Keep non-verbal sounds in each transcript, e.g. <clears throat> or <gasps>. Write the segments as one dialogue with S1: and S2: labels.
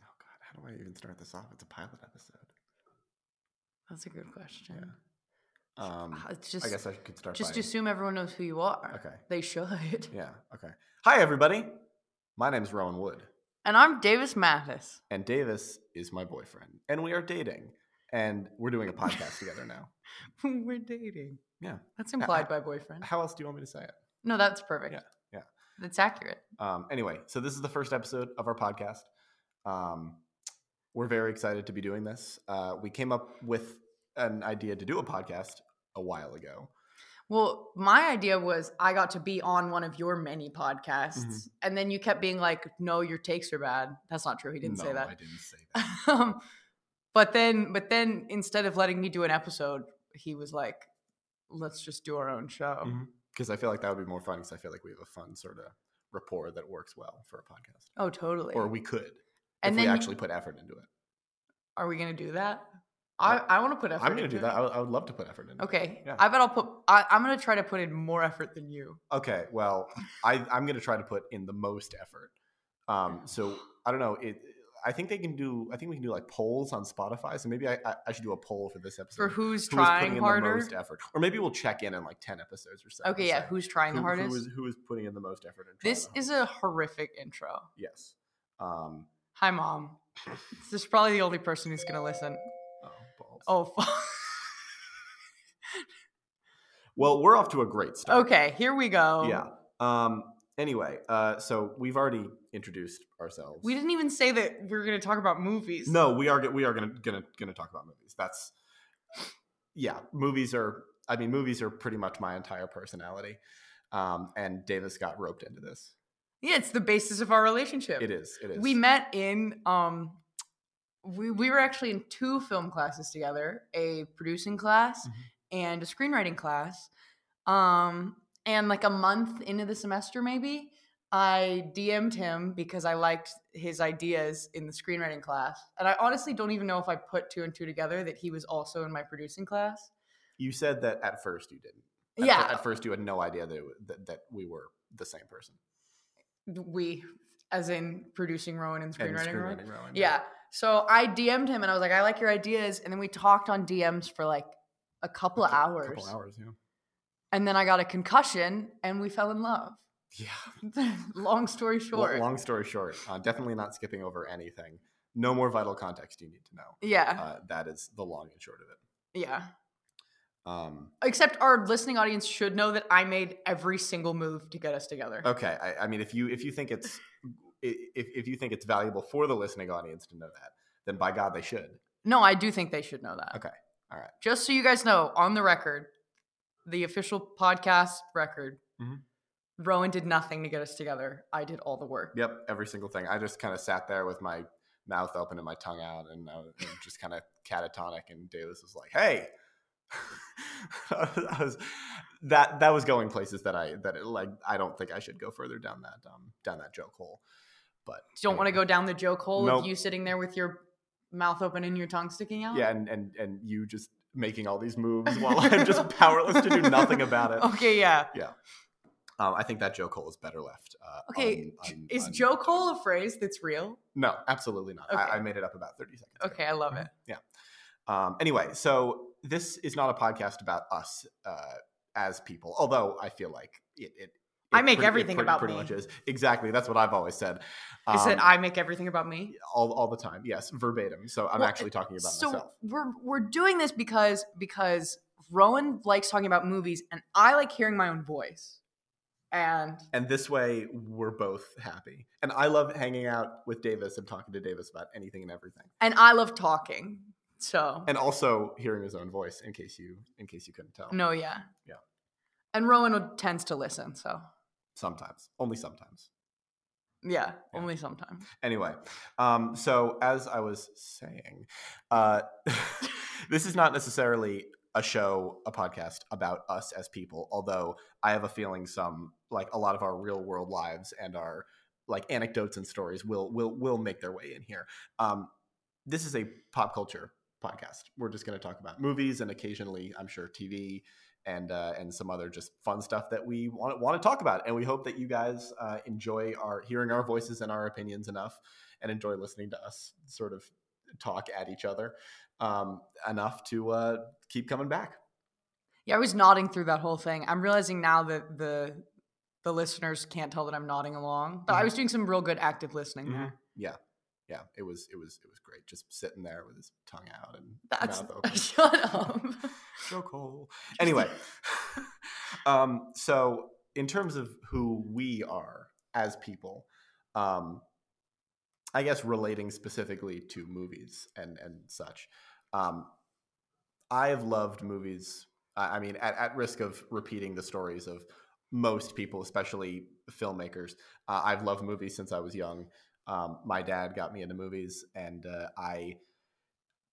S1: Oh, how do I even start this off? It's a pilot episode.
S2: That's a good question.
S1: Um,
S2: Uh, It's just
S1: I guess I could start.
S2: just
S1: by,
S2: assume everyone knows who you are.
S1: Okay.
S2: They should.
S1: Yeah. Okay. Hi, everybody. My name is Rowan Wood,
S2: And I'm
S1: <laughs>
S2: Davis Mathis.
S1: and Davis is my boyfriend, and we are dating, and we're doing a
S2: <laughs>
S1: podcast together now.
S2: We're dating.
S1: Yeah.
S2: That's implied by boyfriend.
S1: How else do you want me to say it?
S2: <laughs> No, that's perfect.
S1: yeah.
S2: That's accurate.
S1: Um, anyway, so this is the first episode of our podcast. Um, we're very excited to be doing this. Uh, we came up with an idea to do a podcast a while ago.
S2: Well, my idea was I got to be on one of your many podcasts,
S1: Mhm.
S2: and then you kept being like, "No, your takes are bad." That's not true. He didn't say
S1: No,
S2: that.
S1: I didn't say that.
S2: <laughs> um, but then, but then, instead of letting me do an episode, he was like, "Let's just do our own show."
S1: Mm-hmm. Because Um, I feel like that would be more fun. Because I feel like we have a fun sort of rapport that works well for a podcast,
S2: Oh, totally.
S1: or we could
S2: and
S1: if
S2: then,
S1: we
S2: you-
S1: actually put effort into it.
S2: are we gonna do that? I, I want to put effort.
S1: I'm going to
S2: into
S1: do that. I would, I would love to put effort into.
S2: it. Okay,
S1: Yeah.
S2: I bet I'll put. I, I'm gonna try to put in more effort than you.
S1: It. Okay. Well, I I'm going to try to put in the most effort. Um. So I don't know. It. I think they can do. I think we can do like polls on Spotify. So maybe I I, I should do a poll for this episode.
S2: For who's
S1: Who was putting
S2: trying
S1: in the
S2: harder?
S1: most effort, or maybe we'll check in in like ten episodes or so.
S2: Okay,
S1: and
S2: yeah,
S1: say
S2: who's trying the
S1: who-
S2: hardest?
S1: Who is, who is putting in the most effort? and trying
S2: this
S1: the
S2: is a horrific intro.
S1: hardest. yes. Um.
S2: Hi, mom. This is probably the only person who's gonna listen.
S1: Oh, balls.
S2: Oh, <laughs> fuck.
S1: Well, we're off to a great start.
S2: okay. Here we go.
S1: Yeah. Um. Anyway, uh, so we've already introduced ourselves.
S2: We didn't even say that we were gonna talk about movies.
S1: No, we are. We are gonna gonna gonna talk about movies. That's. Yeah, movies are. I mean, movies are pretty much my entire personality. Um, and Davis got roped into this.
S2: Yeah, it's the basis of our relationship.
S1: It is. It is.
S2: We met in um we, we were actually in two film classes together, a producing class
S1: Mhm.
S2: and a screenwriting class. Um and like a month into the semester maybe, I DM'd him because I liked his ideas in the screenwriting class. And I honestly don't even know if I put two and two together that he was also in my producing class.
S1: You said that at first you didn't. At fir-
S2: yeah,
S1: at first you had no idea that, it, wa- that that we were the same person.
S2: we as in producing Rowan and
S1: And
S2: screenwriting Rowan.
S1: Rowan,
S2: Yeah. So I DM'd him and I was like, I like your ideas. And then we talked on DMs for like a couple of
S1: Cou-
S2: hours.
S1: Couple hours. Yeah.
S2: And then I got a concussion and we fell in love. <laughs>
S1: Yeah.
S2: Long story
S1: Lo-
S2: short.
S1: Long story short, uh, definitely not skipping over anything. No more vital context you need to know.
S2: yeah.
S1: Uh, that is the long and short of it.
S2: yeah.
S1: Um,
S2: Except our listening audience should know that I made every single move to get us together.
S1: okay, I, I mean, if you if you think it's i- if if you think it's valuable for the listening audience to know that, then by God they should.
S2: No, I do think they should know that.
S1: Okay. All right.
S2: Just so you guys know, on the record, the official podcast record,
S1: Mhm.
S2: Rowan did nothing to get us together. I did all the work.
S1: Yep, every single thing. I just kind of sat there with my mouth open and my tongue out, and I was and just kind of catatonic. And Davis was like, "Hey." <laughs> I was, that that was going places that I that it, like I don't think I should go further down that um down that joke hole.
S2: don't want to go down the joke hole
S1: Nope.
S2: of you sitting there with your mouth open and your tongue sticking out.
S1: Yeah, and and and you just making all these moves while I'm
S2: <laughs>
S1: just powerless to do nothing about it.
S2: Okay, yeah.
S1: Um, I think that joke hole is better left. Uh,
S2: Okay,
S1: on- on-
S2: Is
S1: on-
S2: joke hole a phrase that's real?
S1: No, absolutely not.
S2: Okay.
S1: I, I made it up about thirty seconds. ago.
S2: Okay, I love it.
S1: Um, anyway, so this is not a podcast about us uh, as people, although I feel like it. it
S2: I
S1: it
S2: make
S1: pretty- it
S2: everything
S1: pretty-
S2: about
S1: pretty
S2: me.
S1: much is exactly that's what I've always said.
S2: I said
S1: Um,
S2: I make everything about me.
S1: all, all the time. Yes, verbatim. So I'm
S2: Well,
S1: actually talking about
S2: so
S1: myself.
S2: we're we're doing this because because Rowan likes talking about movies and I like hearing my own voice. And
S1: And this way, we're both happy. And I love hanging out with Davis and talking to Davis about anything and everything.
S2: and I love talking. So
S1: and also hearing his own voice in case you in case you couldn't tell
S2: no, yeah.
S1: Yeah.
S2: And Rowan would- tends to listen, so
S1: sometimes only sometimes
S2: yeah,
S1: Yeah.
S2: only sometimes.
S1: anyway um, so as i was saying uh, <laughs> this is not necessarily a show a podcast about us as people although i have a feeling some like a lot of our real world lives and our like anecdotes and stories will will will make their way in here um, this is a pop culture podcast we're just going to talk about movies and occasionally i'm sure tv and uh, and some other just fun stuff that we want want to talk about. And we hope that you guys uh, enjoy our hearing our voices and our opinions enough, and enjoy listening to us sort of talk at each other um, enough to uh, keep coming back.
S2: Yeah, I was nodding through that whole thing. I'm realizing now that the the listeners can't tell that I'm nodding along, but I
S1: Mhm.
S2: was doing some real good active listening
S1: Mhm.
S2: there.
S1: Yeah, it was it was it was great. Just sitting there with his tongue out and
S2: That's
S1: mouth open.
S2: <laughs> shut up.
S1: Joke hole. Anyway, <laughs> um, so in terms of who we are as people, um, I guess relating specifically to movies and and such, um, I've loved movies. I, I mean, at, at risk of repeating the stories of most people, especially filmmakers, uh, I've loved movies since I was young. Um, my dad got me into movies, and uh, I.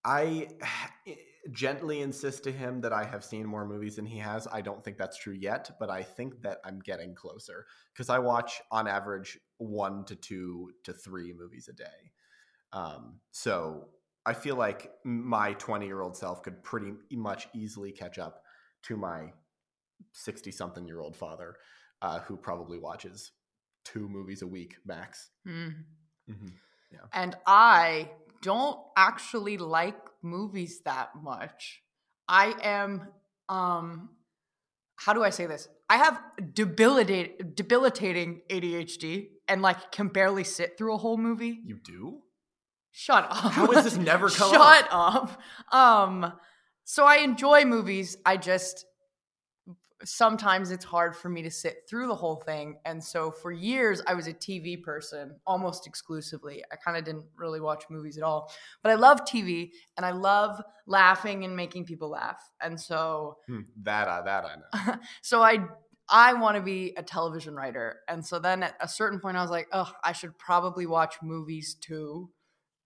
S1: I <sighs> eh, gently insist to him that I have seen more movies than he has. I don't think that's true yet, but I think that I'm getting closer because I watch on average one to two to three movies a day. Um, so I feel like my 20 year old self could pretty much easily catch up to my 60 something year old father, uh, who probably watches two movies a week max.
S2: Hmm.
S1: Mm-hmm.
S2: And I don't actually like movies that much. I am um how do I say this? I have debilitate, debilitating ADHD and like can barely sit through a whole movie.
S1: You do? <laughs>
S2: Shut up.
S1: How has this never come up?
S2: Shut up. Um so I enjoy movies. I just sometimes it's hard for me to sit through the whole thing. And so for years I was a TV person almost exclusively. I kind of didn't really watch movies at all. But I love TV and I love laughing and making people laugh. And so
S1: Hmm, That I that I know.
S2: so I I want to be a television writer. And so then at a certain point I was like, "Oh, I should probably watch movies too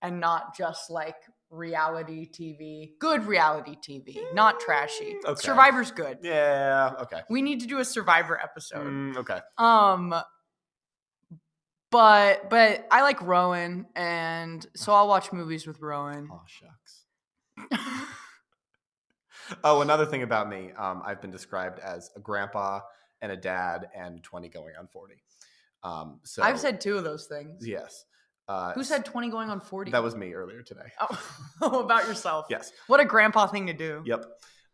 S2: and not just like reality TV. Good reality TV, not trashy.
S1: Mm, okay.
S2: Survivor's good.
S1: <laughs> Yeah. Okay.
S2: We need to do a Survivor episode.
S1: Mm, okay.
S2: Um but but I like Rowan and so I'll watch movies with Rowan.
S1: Oh shucks. Oh, another thing about me, um, I've been described as a grandpa and a dad and twenty going on forty. Um, so
S2: I've said two of those things.
S1: yes. Uh,
S2: Who said 20 going on 40?
S1: that was me earlier today?
S2: <laughs> Oh, <laughs> about yourself.
S1: Yes.
S2: What a grandpa thing to do.
S1: Yep.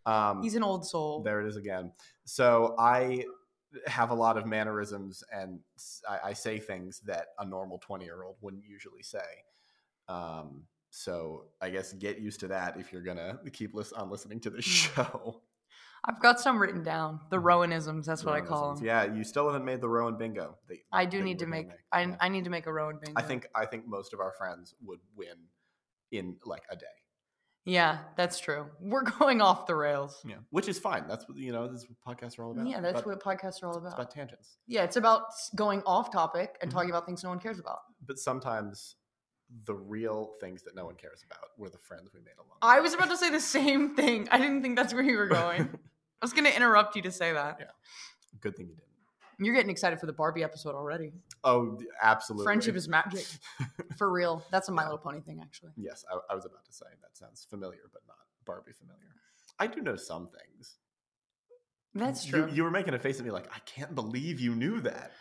S1: Um,
S2: He's an old soul.
S1: There it is again. So I have a lot of mannerisms and s- I, I say things that a normal 20 year old wouldn't usually say. Um, so I guess get used to that if you're going to keep lis- on listening to this <laughs>
S2: Mm.
S1: show.
S2: I've got some written down. The
S1: Mhm.
S2: Rowanisms, that's what I call
S1: Mannerisms.
S2: them.
S1: Yeah, you still haven't made the Rowan bingo. that-
S2: I do
S1: that you
S2: need to
S1: were gonna
S2: make, I,
S1: Yeah.
S2: I need to make a Rowan bingo.
S1: I think I think most of our friends would win in like a day.
S2: Yeah, that's true. <laughs> We're going off the rails.
S1: Yeah. Which is fine. That's what you know, this is what podcasts are all about.
S2: Yeah, that's
S1: About-
S2: what podcasts are all
S1: it's
S2: about.
S1: about tangents.
S2: yeah, it's about s- going off topic and
S1: Mhm.
S2: talking about things no one cares about.
S1: but sometimes the real things that no one cares about were the friends we made along. the
S2: I was
S1: way.
S2: about to say the same thing. I didn't think that's where you were
S1: <laughs>
S2: going. I was going to interrupt you to say that.
S1: Yeah. Good thing you didn't.
S2: You're getting excited for the Barbie episode already.
S1: Oh, d- absolutely.
S2: Friendship
S1: <laughs>
S2: is magic. For real. That's a My
S1: Yeah.
S2: Little Pony thing, actually.
S1: yes, I, I was about to say that sounds familiar, but not Barbie familiar. I do know some things.
S2: That's
S1: You-
S2: true.
S1: You, were making a face at me like I can't believe you knew that.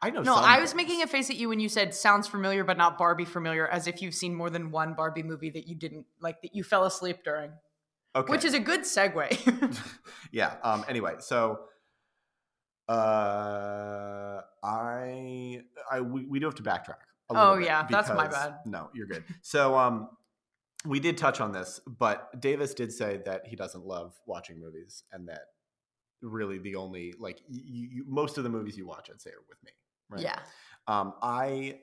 S1: I know.
S2: No,
S1: some
S2: I was
S1: things.
S2: making a face at you when you said sounds familiar but not Barbie familiar, as if you've seen more than one Barbie movie that you didn't like that you fell asleep during,
S1: okay.
S2: which is a good segue. <laughs>
S1: yeah. Um. Anyway, so uh, I I we, we do have to backtrack. A little
S2: Oh,
S1: bit
S2: yeah, that's my
S1: because-
S2: bad.
S1: No, you're good. So um, we did touch on this, but Davis did say that he doesn't love watching movies, and that really the only like y you, you, most of the movies you watch, I'd say, are with me. Right.
S2: Yeah,
S1: Um, I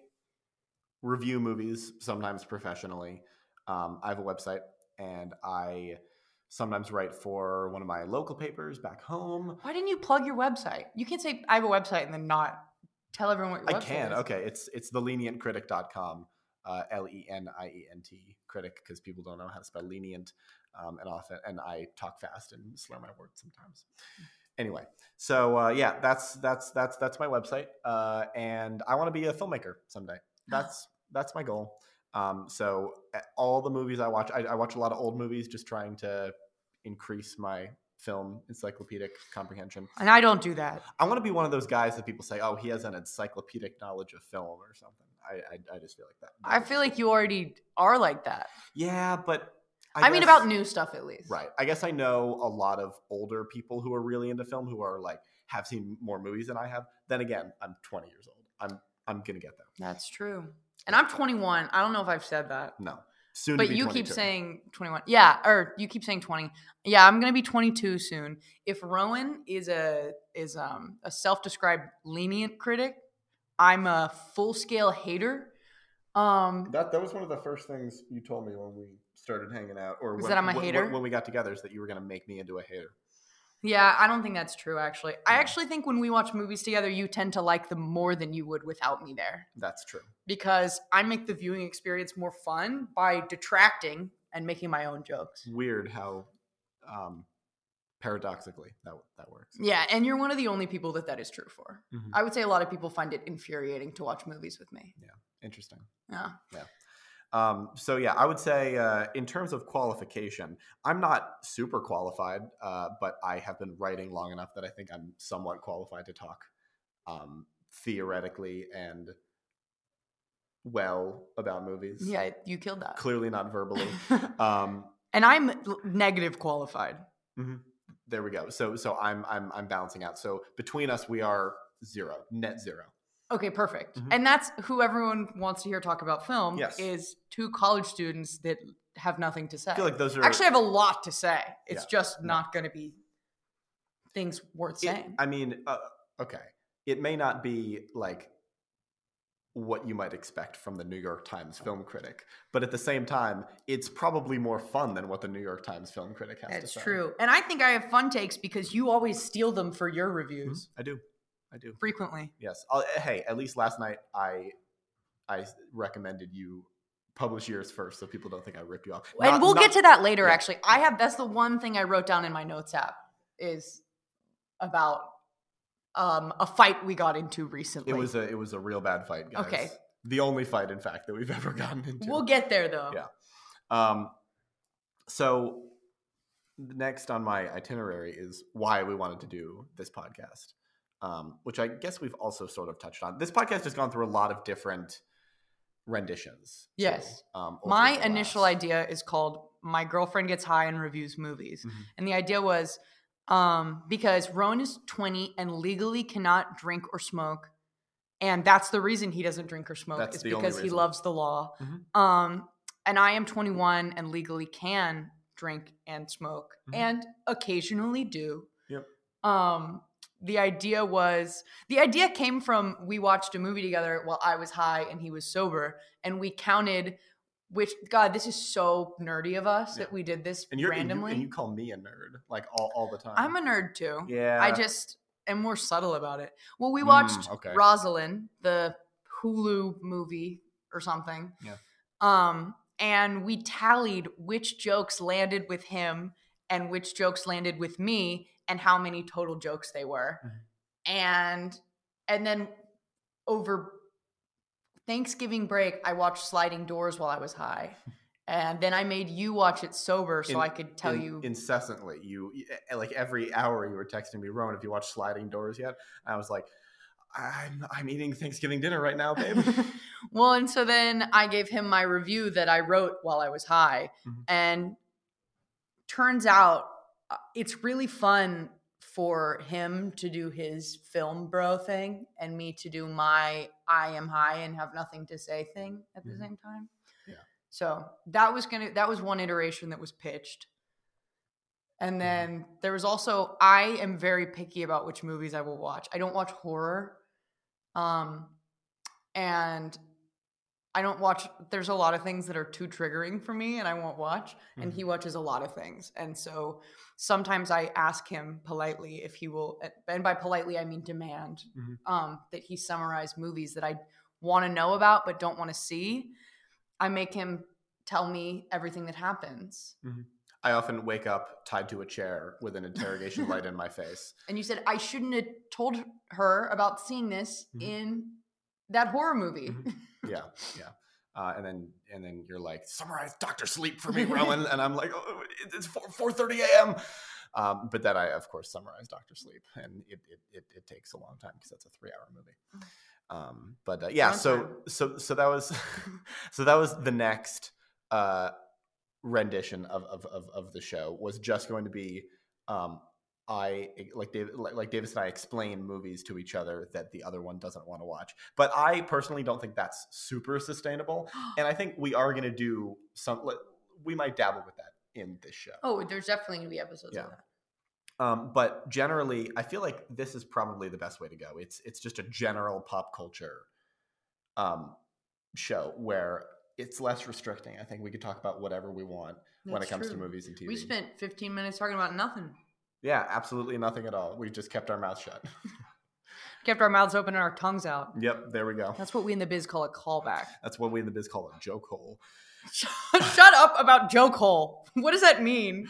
S1: review movies sometimes professionally. Um, I have a website and I sometimes write for one of my local papers back home.
S2: why didn't you plug your website? You can't say I have a website and then not tell everyone what your
S1: I
S2: website
S1: can.
S2: is.
S1: Okay. It's it's thelenientcritic.com, uh, L E N I E N T critic, because people don't know how to spell lenient. Um, and often, and I talk fast and slur my words sometimes.
S2: Hmm.
S1: Anyway, so uh, yeah, that's that's that's that's my website, uh, and I want to be a filmmaker someday.
S2: Ah.
S1: That's that's my goal. Um, so uh, all the movies I watch, I, I watch a lot of old movies, just trying to increase my film encyclopedic comprehension.
S2: And I don't do that.
S1: I want to be one of those guys that people say, "Oh, he has an encyclopedic knowledge of film or something." I, I, I just feel like that.
S2: I feel like you already are like that.
S1: Yeah, but
S2: I, mean,
S1: guess-
S2: about new stuff at least.
S1: Right. I guess I know a lot of older people who are really into film who are like have seen more movies than I have. Then again, I'm 20 years old. I'm I'm gonna get there.
S2: That's true. And I'm 21. I don't know if I've said that.
S1: No, soon. to
S2: But
S1: be
S2: you
S1: 22.
S2: keep saying 21. Yeah, or you keep saying 20. Yeah, I'm going to be 22 soon. If Rowan is a is um a self-described lenient critic, I'm a full-scale hater. Um
S1: that. That was one of the first things you told me when we started hanging out, or
S2: Is
S1: when,
S2: that I'm a
S1: when-
S2: hater?
S1: when we got together, is that you were gonna make me into a hater.
S2: yeah, I don't think that's true actually. I
S1: No.
S2: actually think when we watch movies together, you tend to like them more than you would without me there.
S1: That's true.
S2: because I make the viewing experience more fun by detracting and making my own jokes.
S1: Weird how, um, paradoxically that that works.
S2: Yeah, and you're one of the only people that that is true for.
S1: Mhm.
S2: I would say a lot of people find it infuriating to watch movies with me.
S1: Interesting.
S2: Yeah.
S1: Um, so yeah, I would say uh, in terms of qualification, I'm not super qualified, uh, but I have been writing long enough that I think I'm somewhat qualified to talk um, theoretically and well about movies.
S2: Yeah, you killed that.
S1: clearly not
S2: <laughs>
S1: verbally. um,
S2: and I'm l- negative qualified.
S1: there we go. So so I'm I'm I'm balancing out. So between us, we are zero, net zero.
S2: Okay, perfect.
S1: Mhm.
S2: And that's who everyone wants to hear talk about film
S1: Yes.
S2: is two college students that have nothing to say.
S1: I feel like those are
S2: Actually, I have a lot to say. It's
S1: Yeah.
S2: just
S1: No.
S2: not going to be things worth
S1: It-
S2: saying.
S1: I mean, uh, okay. It may not be like what you might expect from the New York Times film critic, but at the same time, it's probably more fun than what the New York Times film critic has
S2: That's
S1: to say.
S2: true. And I think I have fun takes because you always steal them for your reviews
S1: Mm-hmm. I do. I do.
S2: frequently.
S1: Yes. I'll, hey, at least last night I I recommended you publish yours first so people don't think I ripped you off.
S2: and we'll get to that later
S1: yeah.
S2: actually. I have that's the one thing I wrote down in my notes app is about um a fight we got into recently.
S1: It was a it was a real bad fight, guys.
S2: Okay.
S1: The only fight in fact that we've <laughs> ever gotten into.
S2: we'll get there though.
S1: Yeah. Um, so next on my itinerary is why we wanted to do this podcast, um, which I guess we've also sort of touched on. This podcast has gone through a lot of different renditions. too,
S2: Yes.
S1: um, over
S2: My
S1: the
S2: initial
S1: last-
S2: idea is called My Girlfriend Gets High and Reviews Movies.
S1: Mhm.
S2: And the idea was um, because Roan is 20 and legally cannot drink or smoke. And that's the reason he doesn't drink or smoke,
S1: That's
S2: is
S1: the only
S2: because he
S1: reason.
S2: loves the law.
S1: Mhm.
S2: Um, and I am 21 and legally can drink and smoke
S1: Mhm.
S2: and occasionally do.
S1: Yep.
S2: Um, the idea was the idea came from we watched a movie together while I was high and he was sober, and we counted which God, this is so nerdy of us
S1: Yeah.
S2: that we did this
S1: And, you're, and you-
S2: randomly.
S1: and you call me a nerd like all, all the time.
S2: I'm a nerd too.
S1: yeah.
S2: I just am more subtle about it. Well, we
S1: Mm,
S2: watched
S1: okay.
S2: Rosalind, the Hulu movie or something.
S1: Yeah.
S2: Um, and we tallied which jokes landed with him and which jokes landed with me and how many total jokes they were.
S1: Mm-hmm.
S2: And and then over Thanksgiving break, I watched Sliding Doors while I was
S1: <laughs>
S2: high. And then I made you watch it sober so
S1: In-
S2: I could tell
S1: in-
S2: you
S1: incessantly. You eh, like every hour you were texting me, Rowan, have you watched Sliding Doors yet? And I was like, I'm I'm eating Thanksgiving dinner right now, babe.
S2: <laughs> well, and so then I gave him my review that I wrote while I was high.
S1: Mhm.
S2: And turns out uh, it's really fun for him to do his film bro thing and me to do my I am high and have nothing to say thing at the
S1: Mhm.
S2: same time.
S1: Yeah.
S2: So that was gonna that was one iteration that was pitched. And
S1: Mhm.
S2: then there was also I am very picky about which movies I will watch. I don't watch horror. Um and I don't watch there's a lot of things that are too triggering for me and I won't watch and
S1: Mhm.
S2: he watches a lot of things. And so sometimes I ask him politely if he will and by politely I mean demand
S1: Mhm.
S2: um that he summarize movies that I want to know about but don't want to see. I make him tell me everything that happens.
S1: I often wake up tied to a chair with an interrogation light in my face.
S2: And you said I shouldn't have told her about seeing this
S1: Mhm.
S2: in that horror movie.
S1: Mhm. Yeah, yeah. Uh, and then and then you're like, summarize Doctor Sleep for me, Rowan. and I'm like, oh, it- it's four four thirty a.m. Um, but then I, of course, summarize Doctor Sleep, and it it, it, it takes a long time because that's a three hour movie. Um, but uh, yeah,
S2: Fun
S1: so
S2: time.
S1: so so that was <laughs> so that was the next uh, rendition of, of of of the show was just going to be um, I like David like, like Davis and I explain movies to each other that the other one doesn't want to watch. But I personally don't think that's super sustainable, and I think we are going to do some. like, We might dabble with that in this show.
S2: <laughs> oh, there's definitely gonna be episodes
S1: Yeah.
S2: of that.
S1: Um, but generally, I feel like this is probably the best way to go. It's it's just a general pop culture um, show where it's less restricting. I think we could talk about whatever we want when it
S2: That's
S1: comes
S2: true.
S1: to movies and TV.
S2: We spent 15 minutes talking about nothing.
S1: yeah, absolutely nothing at all. We just kept our mouths shut. <laughs>
S2: Kept our mouths open and our tongues out.
S1: yep, there we go.
S2: That's what we in the biz call a callback.
S1: That's what we in the biz call a joke hole.
S2: <laughs> Shut up about joke hole. What does that mean?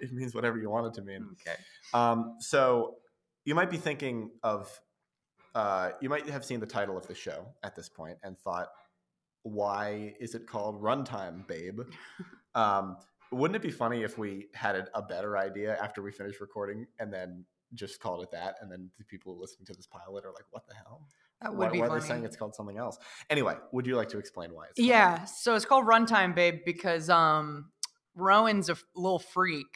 S1: It means whatever you want it to mean.
S2: Okay.
S1: Um, so you might be thinking of, uh, you might have seen the title of the show at this point and thought, why is it called Runtime,
S2: <laughs>
S1: babe? um, wouldn't it be funny if we had a- a better idea after we finished recording and then just called it that? And then the people listening to this pilot are like, what the hell?
S2: That
S1: why
S2: would be
S1: why are
S2: funny.
S1: they saying it's called something else? Anyway, would you like to explain why it's called
S2: yeah, so it's called Runtime Babe because um Rowan's a f- little freak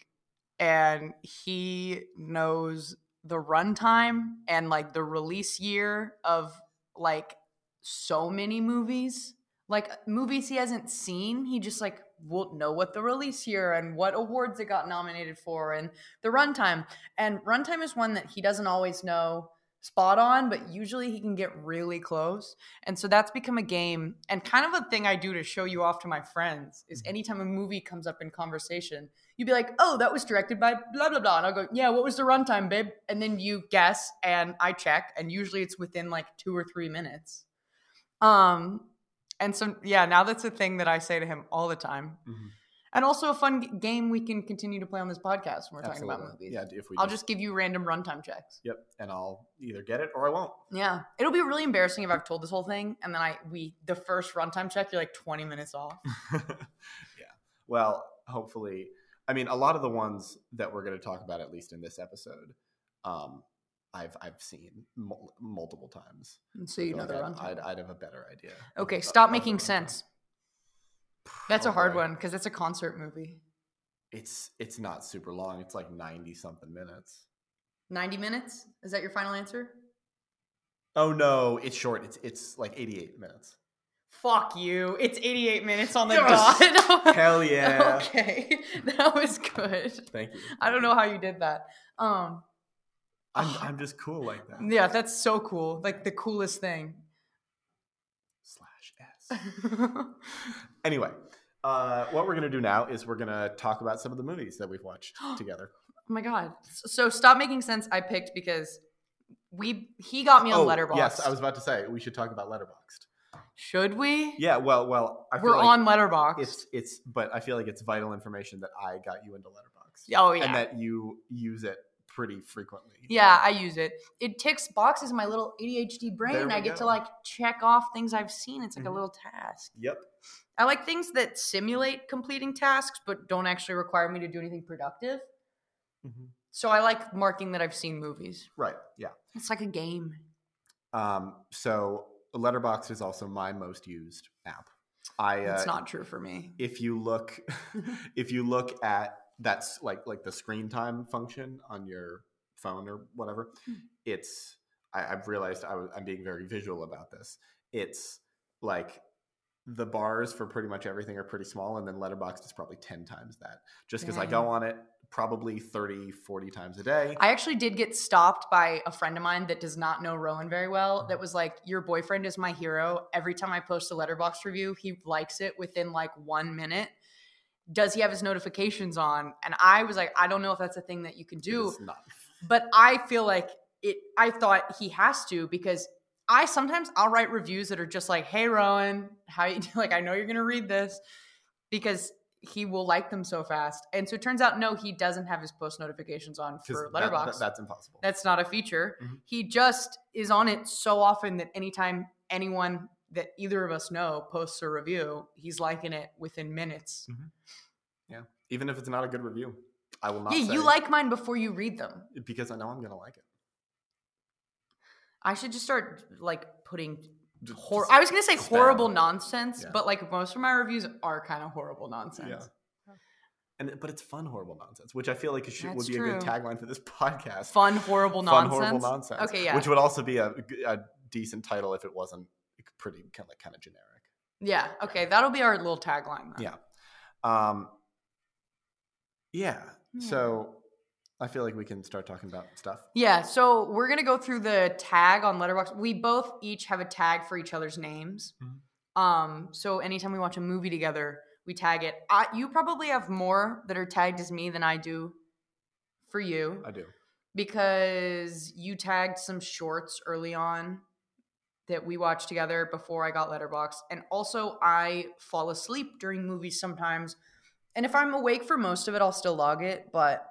S2: and he knows the runtime and like the release year of like so many movies. Like movies he hasn't seen, he just like will know what the release year and what awards it got nominated for and the runtime. And runtime is one that he doesn't always know spot on, but usually he can get really close. And so that's become a game and kind of a thing I do to show you off to my friends is
S1: Mm-hmm.
S2: anytime a movie comes up in conversation, you'd be like, oh, that was directed by blah, blah, blah. And I'll go, yeah, what was the runtime, babe? And then you guess and I check. And usually it's within like two or three minutes. Um, and so, yeah, now that's a thing that I say to him all the time.
S1: Mhm.
S2: And also a fun g- game we can continue to play on this podcast when we're talking about
S1: Absolutely.
S2: movies.
S1: Yeah, if we
S2: I'll just give you random runtime checks.
S1: Yep, and I'll either get it or I won't.
S2: Yeah, it'll be really embarrassing if I've told this whole thing and then I we the first runtime check you're like twenty minutes off.
S1: <laughs> yeah. Well, hopefully, I mean, a lot of the ones that we're going to talk about, at least in this episode, um, I've I've seen mul- multiple times.
S2: And <laughs> so you
S1: I
S2: know
S1: feel
S2: the
S1: like I'd,
S2: runtime.
S1: I'd, I'd have a better idea.
S2: Okay,
S1: of-
S2: stop
S1: of the
S2: making
S1: runtime.
S2: sense. That's a
S1: Oh,
S2: hard
S1: boy.
S2: one because it's a concert movie.
S1: It's it's not super long. It's like ninety something minutes.
S2: Ninety minutes? Is that your final answer?
S1: Oh no, it's short. It's it's like eighty eight minutes.
S2: Fuck you! It's eighty eight minutes on the
S1: Yes!
S2: dot. <laughs>
S1: Hell <laughs> yeah!
S2: Okay, <laughs> that was good.
S1: Thank you.
S2: I
S1: Thank
S2: don't
S1: you.
S2: know how you did that. Um,
S1: I'm I'm just cool like
S2: <laughs>
S1: that.
S2: yeah, that's so cool. Like the coolest thing.
S1: <laughs>
S2: <laughs>
S1: Slash S. Anyway, uh, what we're gonna do now is we're gonna talk about some of the movies that we've
S2: <gasps>
S1: watched together.
S2: Oh my god! So stop making sense. I picked because we he got me on
S1: Oh,
S2: Letterboxd.
S1: Yes, I was about to say we should talk about Letterboxd.
S2: Should we?
S1: Yeah, well, well, I feel
S2: We're
S1: like
S2: on Letterboxd.
S1: It's it's, but I feel like it's vital information that I got you into Letterboxd,
S2: oh yeah,
S1: and that you use it pretty frequently.
S2: yeah. I use it. It ticks boxes in my little ADHD
S1: There
S2: brain.
S1: we
S2: I get to
S1: go.
S2: like check off things I've seen. It's like
S1: Mhm.
S2: a little task.
S1: Yep.
S2: I like things that simulate completing tasks, but don't actually require me to do anything productive.
S1: Mhm.
S2: So I like marking that I've seen movies.
S1: Right. Yeah.
S2: It's like a game.
S1: Um. So Letterboxd is also my most used app. I. Uh,
S2: It's not true for me.
S1: if you look, <laughs> if you look at that's like like the screen time function on your phone or whatever,
S2: Hmm.
S1: it's. I, I've realized I was, I'm being very visual about this. It's like the bars for pretty much everything are pretty small and then letterboxd is probably 10 times that just because i go
S2: Dang.
S1: on it probably 30 40 times a day
S2: I actually did get stopped by a friend of mine that does not know Rowan very well. That was like, "Your boyfriend is my hero. Every time I post a letterbox review, he likes it within like one minute. Does he have his notifications on?" And I was like, "I don't know if that's a thing that you can do."
S1: it's not
S2: but I feel like it. I thought he has to because I sometimes I'll write reviews that are just like, "Hey Rowan, how you <laughs> do-" like? I know you're gonna read this because he will like them so fast." And so it turns out, no, he doesn't have his post notifications on
S1: 'cause
S2: for
S1: that- that-
S2: Letterboxd.
S1: that's impossible
S2: That's not a feature.
S1: Mhm.
S2: He just is on it so often that anytime anyone that either of us know posts a review, he's liking it within minutes.
S1: even if it's not a good review i will not
S2: Yeah,
S1: say
S2: you like mine before you read them.
S1: because i know i'm gonna like it
S2: I should just start like putting
S1: Just-
S2: hor-
S1: just
S2: I was gonna say
S1: spam.
S2: horrible nonsense,
S1: Yeah.
S2: but like most of my reviews are kind of horrible nonsense.
S1: And but it's fun, horrible nonsense, which I feel like it should, would
S2: That's
S1: be a good
S2: true.
S1: tagline for this <laughs> podcast.
S2: Fun, horrible
S1: Fun,
S2: nonsense.
S1: horrible nonsense.
S2: Okay, yeah.
S1: Which would also be a, a decent title if it wasn't pretty kind of kind of generic.
S2: Yeah. Okay, that'll be our little tagline. Then.
S1: Yeah. Um, yeah.
S2: Yeah.
S1: So I feel like we can start talking about stuff.
S2: Yeah. So we're gonna go through the tag on Letterbox. We both each have a tag for each other's names.
S1: Mhm.
S2: Um. So anytime we watch a movie together, we tag it. I, you probably have more that are tagged as me than I do for you
S1: I do.
S2: because you tagged some shorts early on that we watched together before I got Letterbox, and also I fall asleep during movies sometimes. And if I'm awake for most of it, I'll still log it. But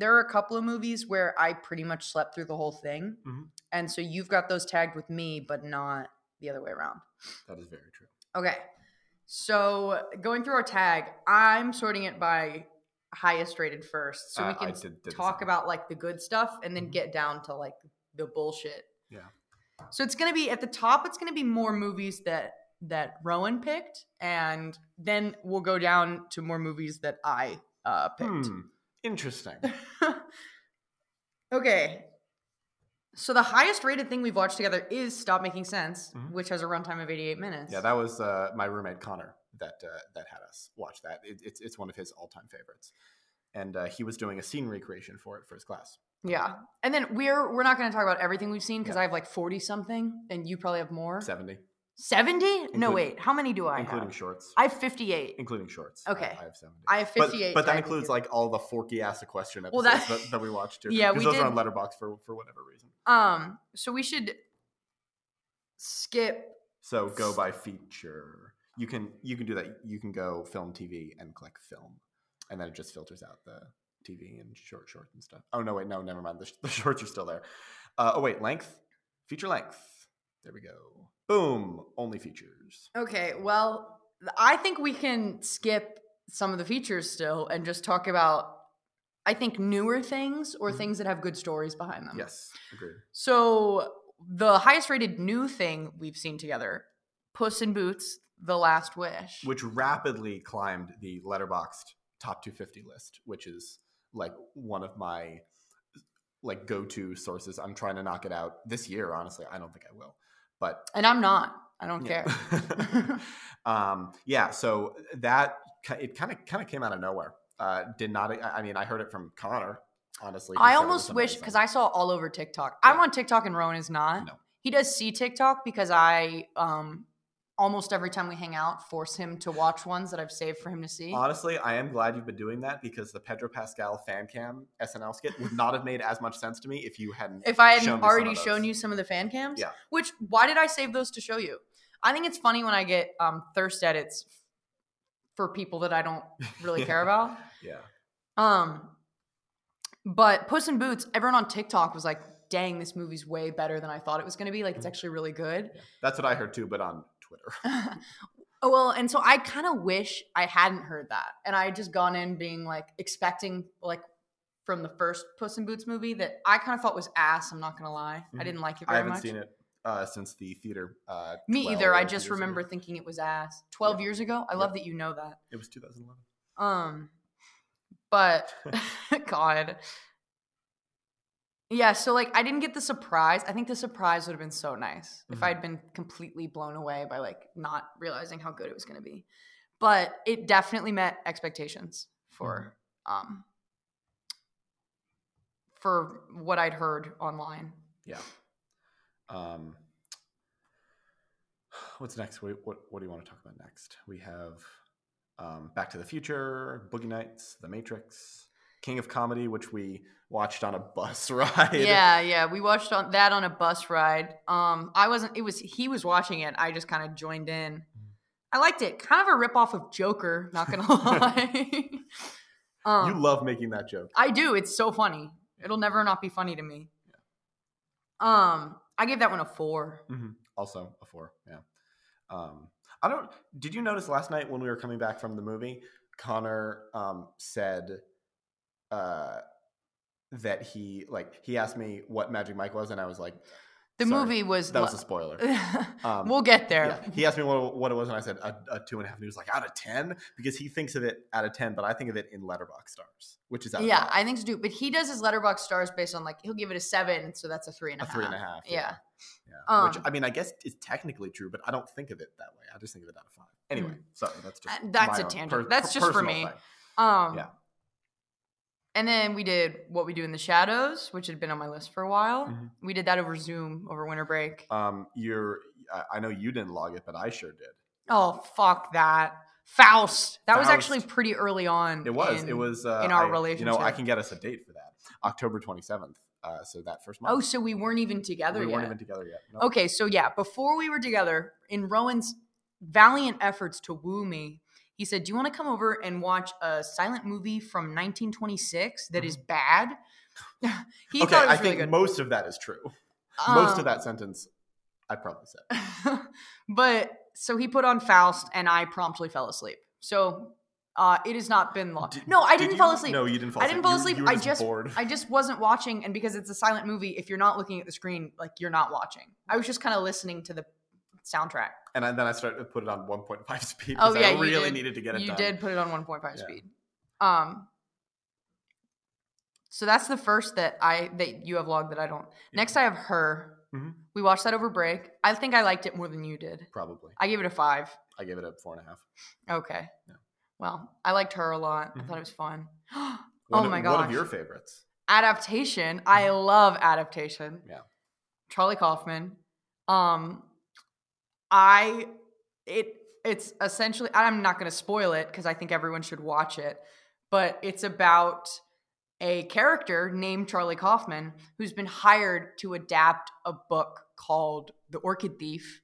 S2: there are a couple of movies where I pretty much slept through the whole thing,
S1: Mhm.
S2: and so you've got those tagged with me, but not the other way around.
S1: That is very true.
S2: Okay. So going through our tag, I'm sorting it by highest rated first, so
S1: Uh,
S2: we can
S1: I did- did the
S2: talk
S1: same.
S2: about like the good stuff and then
S1: Mhm.
S2: get down to like the bullshit.
S1: Yeah.
S2: So it's gonna be at the top. It's gonna be more movies that that Rowan picked, and then we'll go down to more movies that I uh, picked.
S1: Hmm. Interesting.
S2: <laughs> okay. So the highest rated thing we've watched together is Stop Making Sense,
S1: Mhm.
S2: which has a runtime of 88 minutes.
S1: yeah, that was uh, my roommate Connor that uh, that had us watch that. It, it's it's one of his all time favorites, and uh, he was doing a scene recreation for it for his class.
S2: Yeah. And then we're we're not going to talk about everything we've seen because
S1: Yeah.
S2: I have like 40 something and you probably have more.
S1: Seventy,
S2: 70? no,
S1: Include-
S2: wait. How many do I
S1: including
S2: have?
S1: shorts,
S2: I have 58.
S1: including shorts.
S2: Okay.
S1: I, I have seventy.
S2: I have
S1: But-
S2: 58.
S1: But, that
S2: tagged with
S1: includes
S2: you.
S1: like all the forky ass question
S2: Well,
S1: episodes
S2: that-
S1: that, that we watched too.
S2: <laughs> Yeah,
S1: 'cause
S2: we
S1: those are on
S2: did-
S1: Letterbox for for whatever reason.
S2: um so we should skip
S1: So go by feature. You can you can do that. You can go film TV and click film, and then it just filters out the TV and short shorts and stuff. Oh no, wait, no, never mind. The, sh- <laughs> the shorts are still there. Uh, oh wait, length, feature length. There we go. Boom. Only features.
S2: Okay, well, th- I think we can skip some of the features still and just talk about I think newer things or
S1: Mhm.
S2: things that have good stories behind them.
S1: Yes, agreed.
S2: So the highest rated new thing we've seen together, Puss in Boots, The Last Wish.
S1: Which rapidly climbed the letterboxed top 250 list, which is like one of my like go-to sources. I'm trying to knock it out this year. Honestly, I don't think I will, but
S2: and I'm not. I don't
S1: Yeah. <laughs>
S2: care.
S1: um, yeah. So that ki- it kind of kind of came out of nowhere. Uh, did not. I I mean, I heard it from Connor. Honestly,
S2: I almost wish because I saw all over TikTok. I'm
S1: Yeah.
S2: on TikTok and Rowan is not.
S1: No.
S2: He does see TikTok because I um almost every time we hang out force him to watch ones that I've saved for him to see.
S1: honestly I am glad you've been doing that because the Pedro Pascal fan cam SNL skit would not have made as much sense to me if you hadn't.
S2: <laughs> if
S1: shown
S2: I hadn't
S1: me some
S2: already
S1: of
S2: shown
S1: those.
S2: you some of the fan cams.
S1: Yeah.
S2: Which why did I save those to show you? I think it's funny when I get um, thirst edits for people that I don't
S1: <laughs>
S2: really care about.
S1: Yeah.
S2: Um, but Puss in Boots, everyone on TikTok was like, "Dang, this movie's way better than I thought it was going to be. Like, it's
S1: Mhm.
S2: actually really good."
S1: yeah, that's what I heard too, but on Twitter.
S2: oh, <laughs> well, and so I kind of wish I hadn't heard that, and I had just gone in being like expecting like from the first Puss in Boots movie that I kind of thought was ass. I'm not gonna lie, I
S1: Mhm.
S2: didn't like it
S1: I
S2: very
S1: haven't
S2: much.
S1: seen it uh, since the theater. Uh,
S2: Me
S1: 12
S2: either.
S1: or
S2: I
S1: 12
S2: just
S1: years ago.
S2: remember thinking it was ass. Twelve
S1: Yeah.
S2: years ago. I
S1: Yeah.
S2: love that you know that.
S1: it was 2011.
S2: Um, but <laughs> God, yeah. So like, I didn't get the surprise. I think the surprise would have been so nice if I had been completely blown away by like not realizing how good it was going to be. But it definitely met expectations for um for what I'd heard online.
S1: Yeah. Um, <sighs> what's next? What, what, what do you want to talk about next? We have um, Back to the Future, Boogie Nights, The Matrix, King of Comedy, which we watched on a bus <laughs> ride.
S2: Yeah, yeah. We watched on that on a bus ride. Um, I wasn't. It was he was watching it. I just kind of joined
S1: Mm.
S2: in. I liked it. Kind of a ripoff of Joker. Not
S1: <laughs>
S2: gonna lie. um,
S1: you love making that joke.
S2: I do. It's so funny. It'll never not be funny to me. Um, I gave that one a four.
S1: Mhm. Also, a four. Yeah. Um, I don't. Did you notice last night when we were coming back from the movie, Connor um, said uh, that he like he asked me what Magic Mike was, and I was like,
S2: The
S1: Sorry,
S2: movie was.
S1: That was a
S2: <laughs>
S1: spoiler. Um,
S2: we'll get there.
S1: yeah. He asked me what, what it was, and I said a, a two and a half. And he was like, out of 10? Because he thinks of it out of 10, but I think of it in letterbox stars, which is out of
S2: Yeah,
S1: 10.
S2: I think so too. But he does his letterbox stars based on like he'll give it a seven, so that's a three and a
S1: a
S2: half.
S1: three and a half.
S2: Yeah.
S1: Yeah. Which
S2: Um,
S1: I mean, I guess is technically true, but I don't think of it that way. I just think of it out of five. Anyway, sorry, that's just
S2: Uh, that's
S1: my
S2: a
S1: own
S2: tangent.
S1: per-
S2: That's just for
S1: personal
S2: me.
S1: thing.
S2: Um,
S1: Yeah.
S2: And then we did what we do in the shadows, which had been on my list for a while.
S1: Mhm.
S2: We did that over Zoom over winter break.
S1: Um, you're. I- I know you didn't log it, but I sure did.
S2: oh fuck that Faust! That was actually
S1: Faust.
S2: pretty early on.
S1: It was.
S2: in-
S1: it was uh, I- You
S2: in our
S1: know, I
S2: relationship.
S1: can get us a date for that. October twenty seventh. Uh, so that first month.
S2: Oh, so we weren't even together
S1: we
S2: yet. Oh,
S1: weren't even together yet. No.
S2: Okay, so yeah, before we were together, in Rowan's valiant efforts to woo me, he said, Do you want to come over and watch a silent movie from 1926 that is bad? <laughs> he
S1: Mm-hmm. okay.
S2: thought it
S1: I
S2: was really
S1: think
S2: good.
S1: most of that is true. most
S2: Um,
S1: of that sentence, I probably said.
S2: <laughs> but so he put on Faust and I promptly fell asleep. So uh, it has not been long.
S1: Did-
S2: no, I
S1: did
S2: didn't
S1: you-
S2: fall asleep.
S1: No, you didn't fall.
S2: I
S1: asleep.
S2: didn't fall
S1: You-
S2: asleep.
S1: you were
S2: I just-
S1: bored.
S2: I just wasn't watching, and because it's a silent movie, if you're not looking at the screen, like you're not watching. I was just kind of listening to the soundtrack.
S1: and I, then I started to put it on 1.5 speed.
S2: Oh,
S1: because
S2: yeah,
S1: I
S2: you
S1: really
S2: did.
S1: needed to get it
S2: you
S1: done.
S2: did put it on 1.5
S1: Yeah.
S2: speed um so that's the first that i that you have logged that i don't
S1: Yeah.
S2: next i have her
S1: Mhm.
S2: we watched that over break i think i liked it more than you did
S1: Probably.
S2: i gave it a five
S1: I gave it a four and a half.
S2: okay
S1: Yeah.
S2: well i liked her a lot i
S1: Mhm.
S2: thought it was fun <gasps>
S1: One
S2: Oh
S1: of-
S2: my
S1: One
S2: gosh.
S1: of your favorites.
S2: adaptation i love adaptation
S1: Mm-hmm. Yeah.
S2: charlie kaufman um i it it's essentially i'm not going to spoil it because i think everyone should watch it but it's about a character named charlie kaufman who's been hired to adapt a book called the orchid thief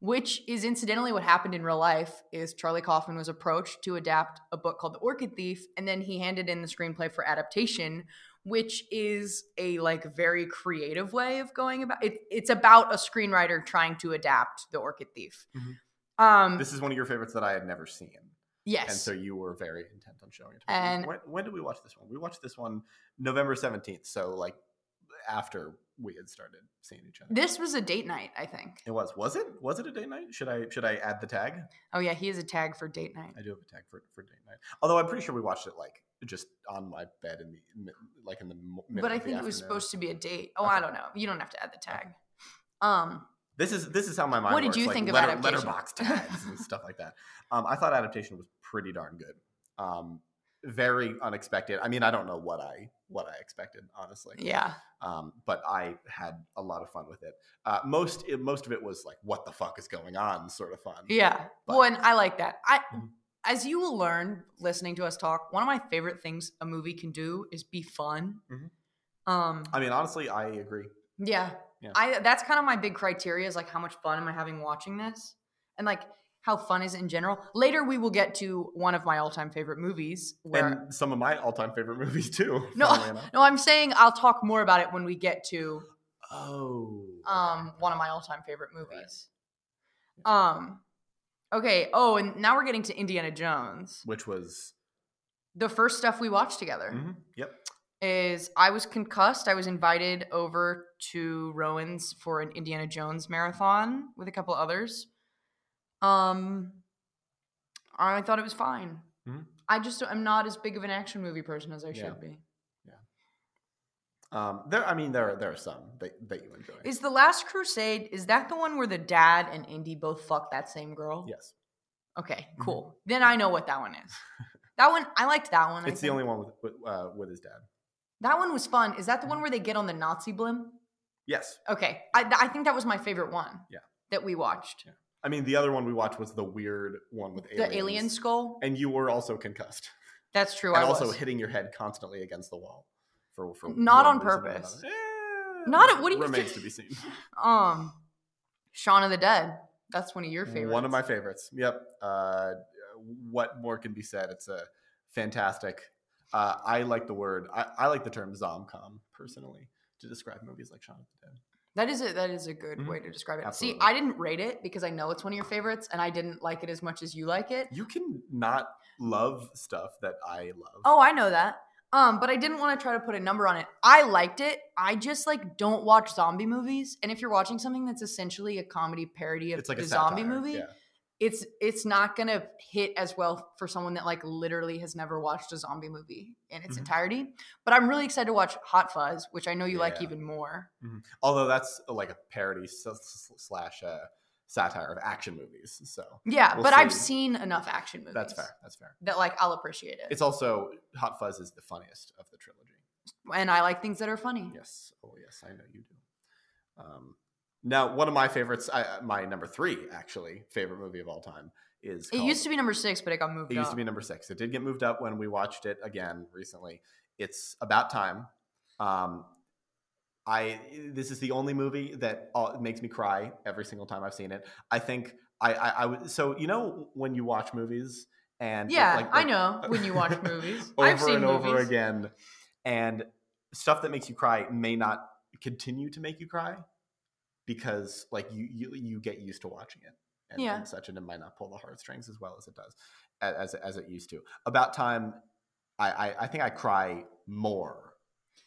S2: which is incidentally what happened in real life is charlie kaufman was approached to adapt a book called the orchid thief and then he handed in the screenplay for adaptation which is a like very creative way of going about it it's about a screenwriter trying to adapt the orchid thief
S1: Mhm.
S2: um
S1: This is one of your favorites that I had never seen.
S2: yes
S1: And so you were very intent on showing it. To me.
S2: And-
S1: when, when did we watch this one? We watched this one November 17th. So, like, after we had started seeing each other.
S2: this was a date night i think
S1: it was. Was it? Was it a date night? Should I should I add the tag?
S2: oh yeah he is a tag for date night
S1: I do have a tag for, for date night. Although I'm pretty sure we watched it like just on my bed in the mi- like in the mo- middle
S2: but i
S1: of the
S2: think it was
S1: afternoon.
S2: supposed to be a date oh
S1: Okay.
S2: i don't know you don't have to add the tag um
S1: This is this is how my mind.
S2: What did
S1: works,
S2: you
S1: like
S2: think of
S1: letter,
S2: adaptation? <laughs>
S1: Letterbox tags and stuff like that. Um, I thought adaptation was pretty darn good. Um, very unexpected. I mean, I don't know what I what I expected honestly.
S2: yeah
S1: Um, but I had a lot of fun with it. Uh, most it, most of it was like, what the fuck is going on? Sort of fun.
S2: yeah
S1: But-
S2: well and i like that i
S1: Mhm.
S2: as you will learn listening to us talk one of my favorite things a movie can do is be fun
S1: Mhm.
S2: um
S1: I mean, honestly, I agree.
S2: Yeah.
S1: Yeah.
S2: I that's kind of my big criteria is like how much fun am I having watching this? And like how fun is it in general? Later we will get to one of my all-time favorite movies where
S1: And some of my all time favorite <laughs> movies too.
S2: No.
S1: funnily
S2: <laughs>
S1: enough.
S2: No, I'm saying I'll talk more about it when we get to
S1: Oh.
S2: um
S1: okay.
S2: one of my all-time favorite movies. Um okay, oh and now we're getting to Indiana Jones.
S1: Which was.
S2: The first stuff we watched together
S1: mhm, Yep.
S2: is I was concussed. I was invited over to Rowan's for an Indiana Jones marathon with a couple others. Um, I thought it was fine.
S1: Mhm.
S2: I just am not as big of an action movie person as I
S1: Yeah.
S2: should be.
S1: Um, there. I mean, there are there are some that, that you enjoy.
S2: Is the Last Crusade? Is that the one where the dad and Indy both fuck that same girl?
S1: yes.
S2: Okay,
S1: Mhm.
S2: cool. Then I know what that one
S1: <laughs>
S2: is. that one I liked that one. I
S1: It's the
S2: think.
S1: only one with with, uh, with his dad.
S2: That one was fun. Is that the one where they get on the Nazi blimp?
S1: Yes,
S2: Okay, I, I think that was my favorite one.
S1: Yeah.
S2: That we watched.
S1: I mean the other one we watched was the weird one with aliens.
S2: the alien skull.
S1: and you were also concussed
S2: That's true. I
S1: and also
S2: was.
S1: hitting your head constantly against the wall for, for
S2: Not
S1: one
S2: on
S1: reason or
S2: purpose.
S1: another. Eh,
S2: Not a- what do you- <laughs>
S1: remains to be seen.
S2: um, Shaun of the Dead. That's one of your favorites.
S1: One of my favorites. Yep. Uh, what more can be said? It's a fantastic. Uh, I like the word. I, I like the term zomcom personally to describe movies like Shaun of the Dead.
S2: That is a that is a good
S1: Mhm.
S2: way to describe it. See,
S1: Absolutely.
S2: I didn't rate it because I know it's one of your favorites, and I didn't like it as much as you like it.
S1: You can not love stuff that I love.
S2: Oh, I know that. Um, but I didn't want to try to put a number on it. I liked it. I just like don't watch zombie movies. And if you're watching something that's essentially a comedy parody of
S1: It's like
S2: the
S1: a
S2: zombie
S1: satire,
S2: movie,
S1: yeah.
S2: it's it's not gonna hit as well for someone that like literally has never watched a zombie movie in its
S1: Mhm.
S2: entirety. But I'm really excited to watch Hot Fuzz, which I know you like
S1: Yeah.
S2: even more.
S1: Although that's uh, like a parody s- s- slash uh, satire of action movies, so
S2: Yeah,
S1: We'll
S2: but I've
S1: see.
S2: seen enough action movies.
S1: that's fair. That's fair.
S2: That like I'll appreciate it.
S1: It's also Hot Fuzz is the funniest of the trilogy.
S2: and I like things that are funny.
S1: Yes. Oh, yes. I know you do. Um, now, one of my favorites, I, uh, my number three, actually, favorite movie of all time is.
S2: It used to be number six, but it got moved
S1: It used to
S2: up.
S1: be number six. It did get moved up when we watched it again recently. It's about time. Um, I this is the only movie that uh, makes me cry every single time I've seen it. I think I I, I would so you know when you watch movies and
S2: yeah,
S1: like-
S2: I
S1: like- <laughs>
S2: know when you watch movies.
S1: over
S2: I've seen
S1: and over
S2: movies.
S1: again. And stuff that makes you cry may not continue to make you cry because like you you, you get used to watching it and,
S2: Yeah.
S1: and such, and it might not pull the heartstrings as well as it does a- as as it used to. About time, I I, I think I cry more.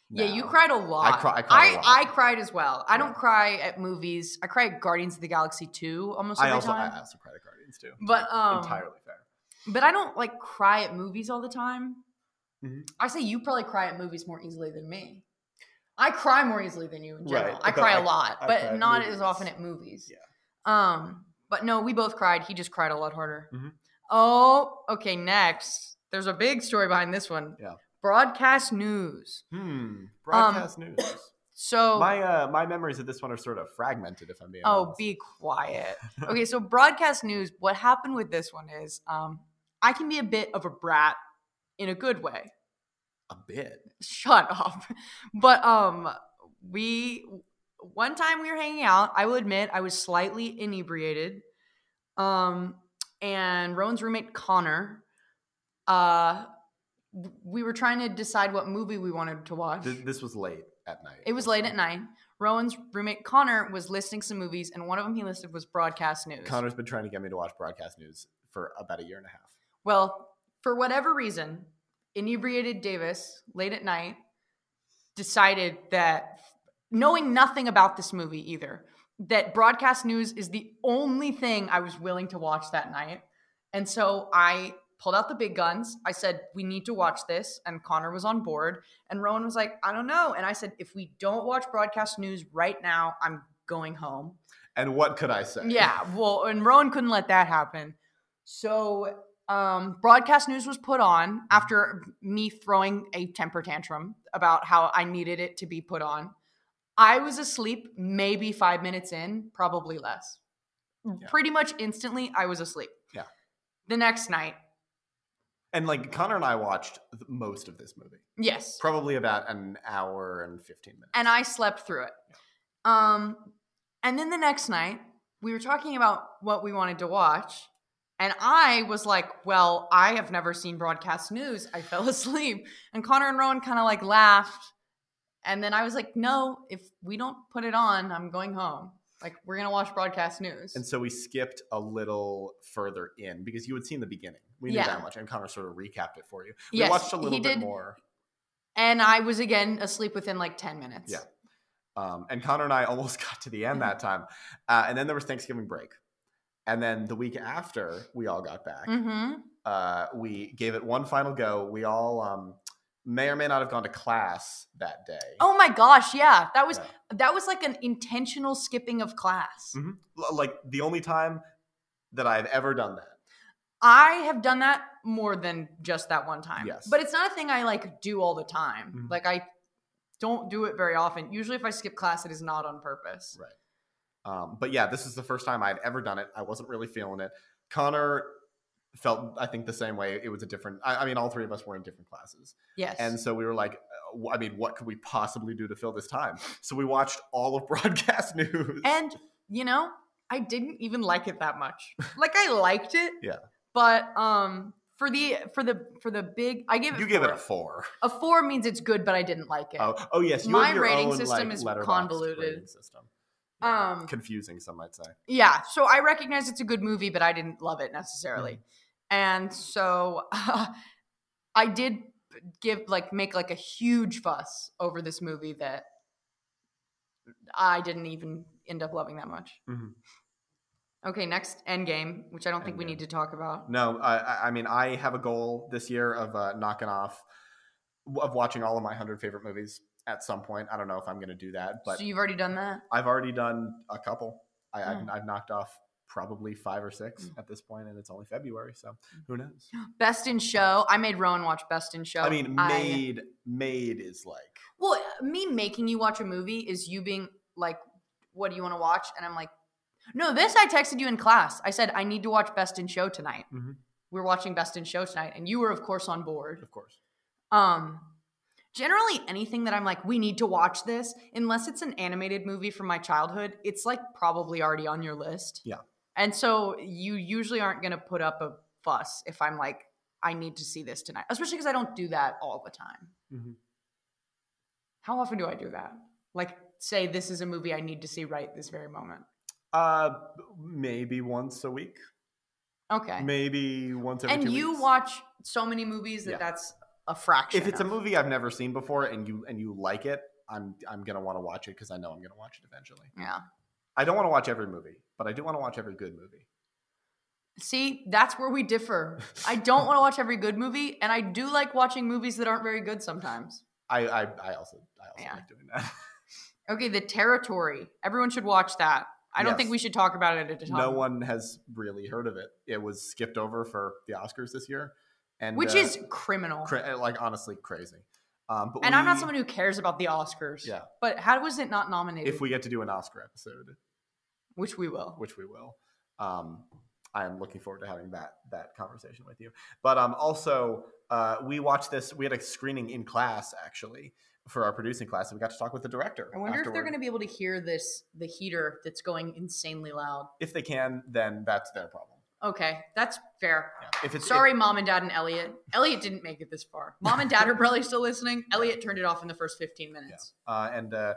S2: Yeah, you
S1: now.
S2: cried a lot.
S1: cry- I cried
S2: I,
S1: a lot.
S2: I cried as well. I
S1: Yeah.
S2: don't cry at movies. I cry at Guardians of the Galaxy 2 almost every
S1: I also
S2: time.
S1: I also cry to Guardians too.
S2: But, um,
S1: entirely fair.
S2: but I don't like cry at movies all the time.
S1: Mhm.
S2: I say you probably cry at movies more easily than me. I cry more easily than you in
S1: Right,
S2: general. I
S1: but
S2: cry a
S1: I-
S2: lot,
S1: I
S2: but
S1: cry at
S2: not
S1: movies.
S2: as often at movies.
S1: Yeah.
S2: Um, but no, we both cried. He just cried a lot harder.
S1: Mhm.
S2: Oh, okay. Next, there's a big story behind this one.
S1: Yeah.
S2: Broadcast news.
S1: Hmm. Broadcast news.
S2: um, So
S1: My uh, my memories of this one are sort of fragmented. If I'm being
S2: Oh,
S1: honest.
S2: be
S1: <laughs>
S2: quiet. Okay, so broadcast news. What happened with this one is um, I can be a bit of a brat in a good way.
S1: a bit.
S2: Shut <laughs> up. But um, we one time we were hanging out. I will admit I was slightly inebriated. Um, and Rowan's roommate Connor, uh, w- we were trying to decide what movie we wanted to watch.
S1: Th- this was late at night.
S2: It was late at night. Rowan's roommate Connor was listing some movies, and one of them he listed was broadcast news.
S1: Connor's been trying to get me to watch broadcast news for about a year and a half.
S2: Well, for whatever reason, inebriated Davis late at night decided that, knowing nothing about this movie either, that broadcast news is the only thing I was willing to watch that night. And so I pulled out the big guns. I said, We need to watch this. And Connor was on board. And Rowan was like, I don't know. And I said, If we don't watch broadcast news right now, I'm going home.
S1: And what could I say?
S2: Yeah, well, and Rowan couldn't let that happen. So, um, broadcast news was put on after me throwing a temper tantrum about how I needed it to be put on. I was asleep maybe five minutes in, probably less.
S1: Yeah.
S2: Pretty much instantly, I was asleep.
S1: Yeah.
S2: The next night,
S1: And like Connor and I watched th- most of this movie,
S2: yes.
S1: probably about an hour and fifteen minutes.
S2: and I slept through it. Um, and then the next night, we were talking about what we wanted to watch, and I was like, "Well, I have never seen broadcast news. I <laughs> fell asleep." And Connor and Rowan kind of like laughed, and then I was like, "No, if we don't put it on, I'm going home. Like, we're gonna watch broadcast news."
S1: and so we skipped a little further in because you had seen the beginning. We knew
S2: Yeah.
S1: that much, and Connor sort of recapped it for you. We
S2: Yes,
S1: watched a little
S2: he
S1: bit
S2: did.
S1: more,
S2: and I was again asleep within like ten minutes.
S1: Yeah. um, and Connor and I almost <laughs> got to the end that
S2: Mm-hmm.
S1: time. Uh, and then there was Thanksgiving break, and then the week after we all got back,
S2: Mm-hmm.
S1: uh, we gave it one final go. We all um, may or may not have gone to class that day.
S2: Oh my gosh, yeah, that was
S1: Yeah.
S2: that was like an intentional skipping of class.
S1: L- like the only time that I've ever done that.
S2: I have done that more than just that one time.
S1: Yes.
S2: But it's not a thing I like do all the time.
S1: Mhm.
S2: Like I don't do it very often. Usually if I skip class, it is not on purpose.
S1: Um, but yeah, this is the first time I've ever done it. I wasn't really feeling it. Connor felt, I think, the same way. It was a different. I, I mean, all three of us were in different classes,
S2: Yes.
S1: and so we were like, uh, wh- I mean, what could we possibly do to fill this time? So we watched all of <laughs> broadcast news.
S2: and you know, I didn't even like it
S1: <laughs>
S2: that much. Like I liked it.
S1: Yeah.
S2: But um for the for the for the big I gave it
S1: you give it
S2: four.
S1: a four.
S2: a four means it's good, but I didn't like it.
S1: Oh, oh yes, you
S2: My
S1: have your
S2: rating
S1: own,
S2: system
S1: like,
S2: is
S1: letterboxed
S2: convoluted.
S1: rating system.
S2: Um,
S1: confusing, some might say.
S2: Yeah, so I recognize it's a good movie,
S1: Mm.
S2: but <laughs> I didn't love it necessarily. And so I did give like make like a huge fuss over this movie that I didn't even end up loving that much.
S1: Mhm.
S2: Okay, next Endgame, which I don't think we
S1: Mm-hmm. Endgame.
S2: need to talk about.
S1: No, I, I- I mean, I have a goal this year of uh, knocking off, of watching all of my 100 favorite movies at some point. I don't know if I'm going to do that, but
S2: so you've already done that.
S1: I've already done a couple. I, I've,
S2: Mm.
S1: I've knocked off probably five or six
S2: Mm.
S1: at this point, and it's only February, so who knows?
S2: Best in Show. I made Rowan watch Best in Show.
S1: I mean,
S2: Hmm. I-
S1: made made is like
S2: Well, me making you watch a movie is you being like, "What do you want to watch?" And I'm like, "No, this." I texted you in class. I said I need to watch Best in Show tonight.
S1: Mhm.
S2: We're watching Best in Show tonight, and you were of course on board.
S1: of course.
S2: Um, generally, anything that I'm like, we need to watch this, unless it's an animated movie from my childhood, it's like probably already on your list.
S1: Yeah.
S2: And so you usually aren't gonna put up a fuss if I'm like, I need to see this tonight, especially because I don't do that all the time.
S1: Mhm.
S2: How often do I do that? Like, say this is a movie I need to see right this very moment.
S1: Uh, maybe once a week,
S2: Okay.
S1: maybe once every
S2: and
S1: two
S2: you
S1: weeks.
S2: watch so many movies that
S1: Yeah.
S2: that's a fraction.
S1: if it's a
S2: of.
S1: movie I've never seen before and you and you like it, I'm I'm gonna want to watch it because I know I'm gonna watch it eventually.
S2: yeah.
S1: I don't want to watch every movie, but I do want to watch every good movie.
S2: See, that's where we differ. I don't want to watch every good movie, and I do like watching movies that aren't very good sometimes.
S1: I I, I also I also
S2: Yeah.
S1: like doing that.
S2: Okay, The Territory. Everyone should watch that. I don't
S1: Yes.
S2: think we should talk about it at a time.
S1: no one has really heard of it. It was skipped over for the Oscars this year, and
S2: Which
S1: uh,
S2: is criminal.
S1: cra- like honestly crazy. Um, but
S2: and I'm not
S1: we-
S2: someone who cares about the Oscars.
S1: Yeah.
S2: But how was it not nominated?
S1: if we get to do an Oscar episode,
S2: Which we will.
S1: which we will. Um, I am looking forward to having that that conversation with you. But um, also, uh, we watched this. We had a screening in class actually for our producing class, and we got to talk with the director.
S2: I wonder if they're
S1: afterward.
S2: going to be able to hear this, the heater that's going insanely loud.
S1: If they can, then that's their problem.
S2: Okay, that's fair.
S1: Yeah. If it's
S2: Sorry, mom and dad and Elliot. Elliot didn't make it this far. Mom and dad are probably
S1: <laughs>
S2: still listening. Elliot turned it off in the first 15 minutes.
S1: uh, and uh,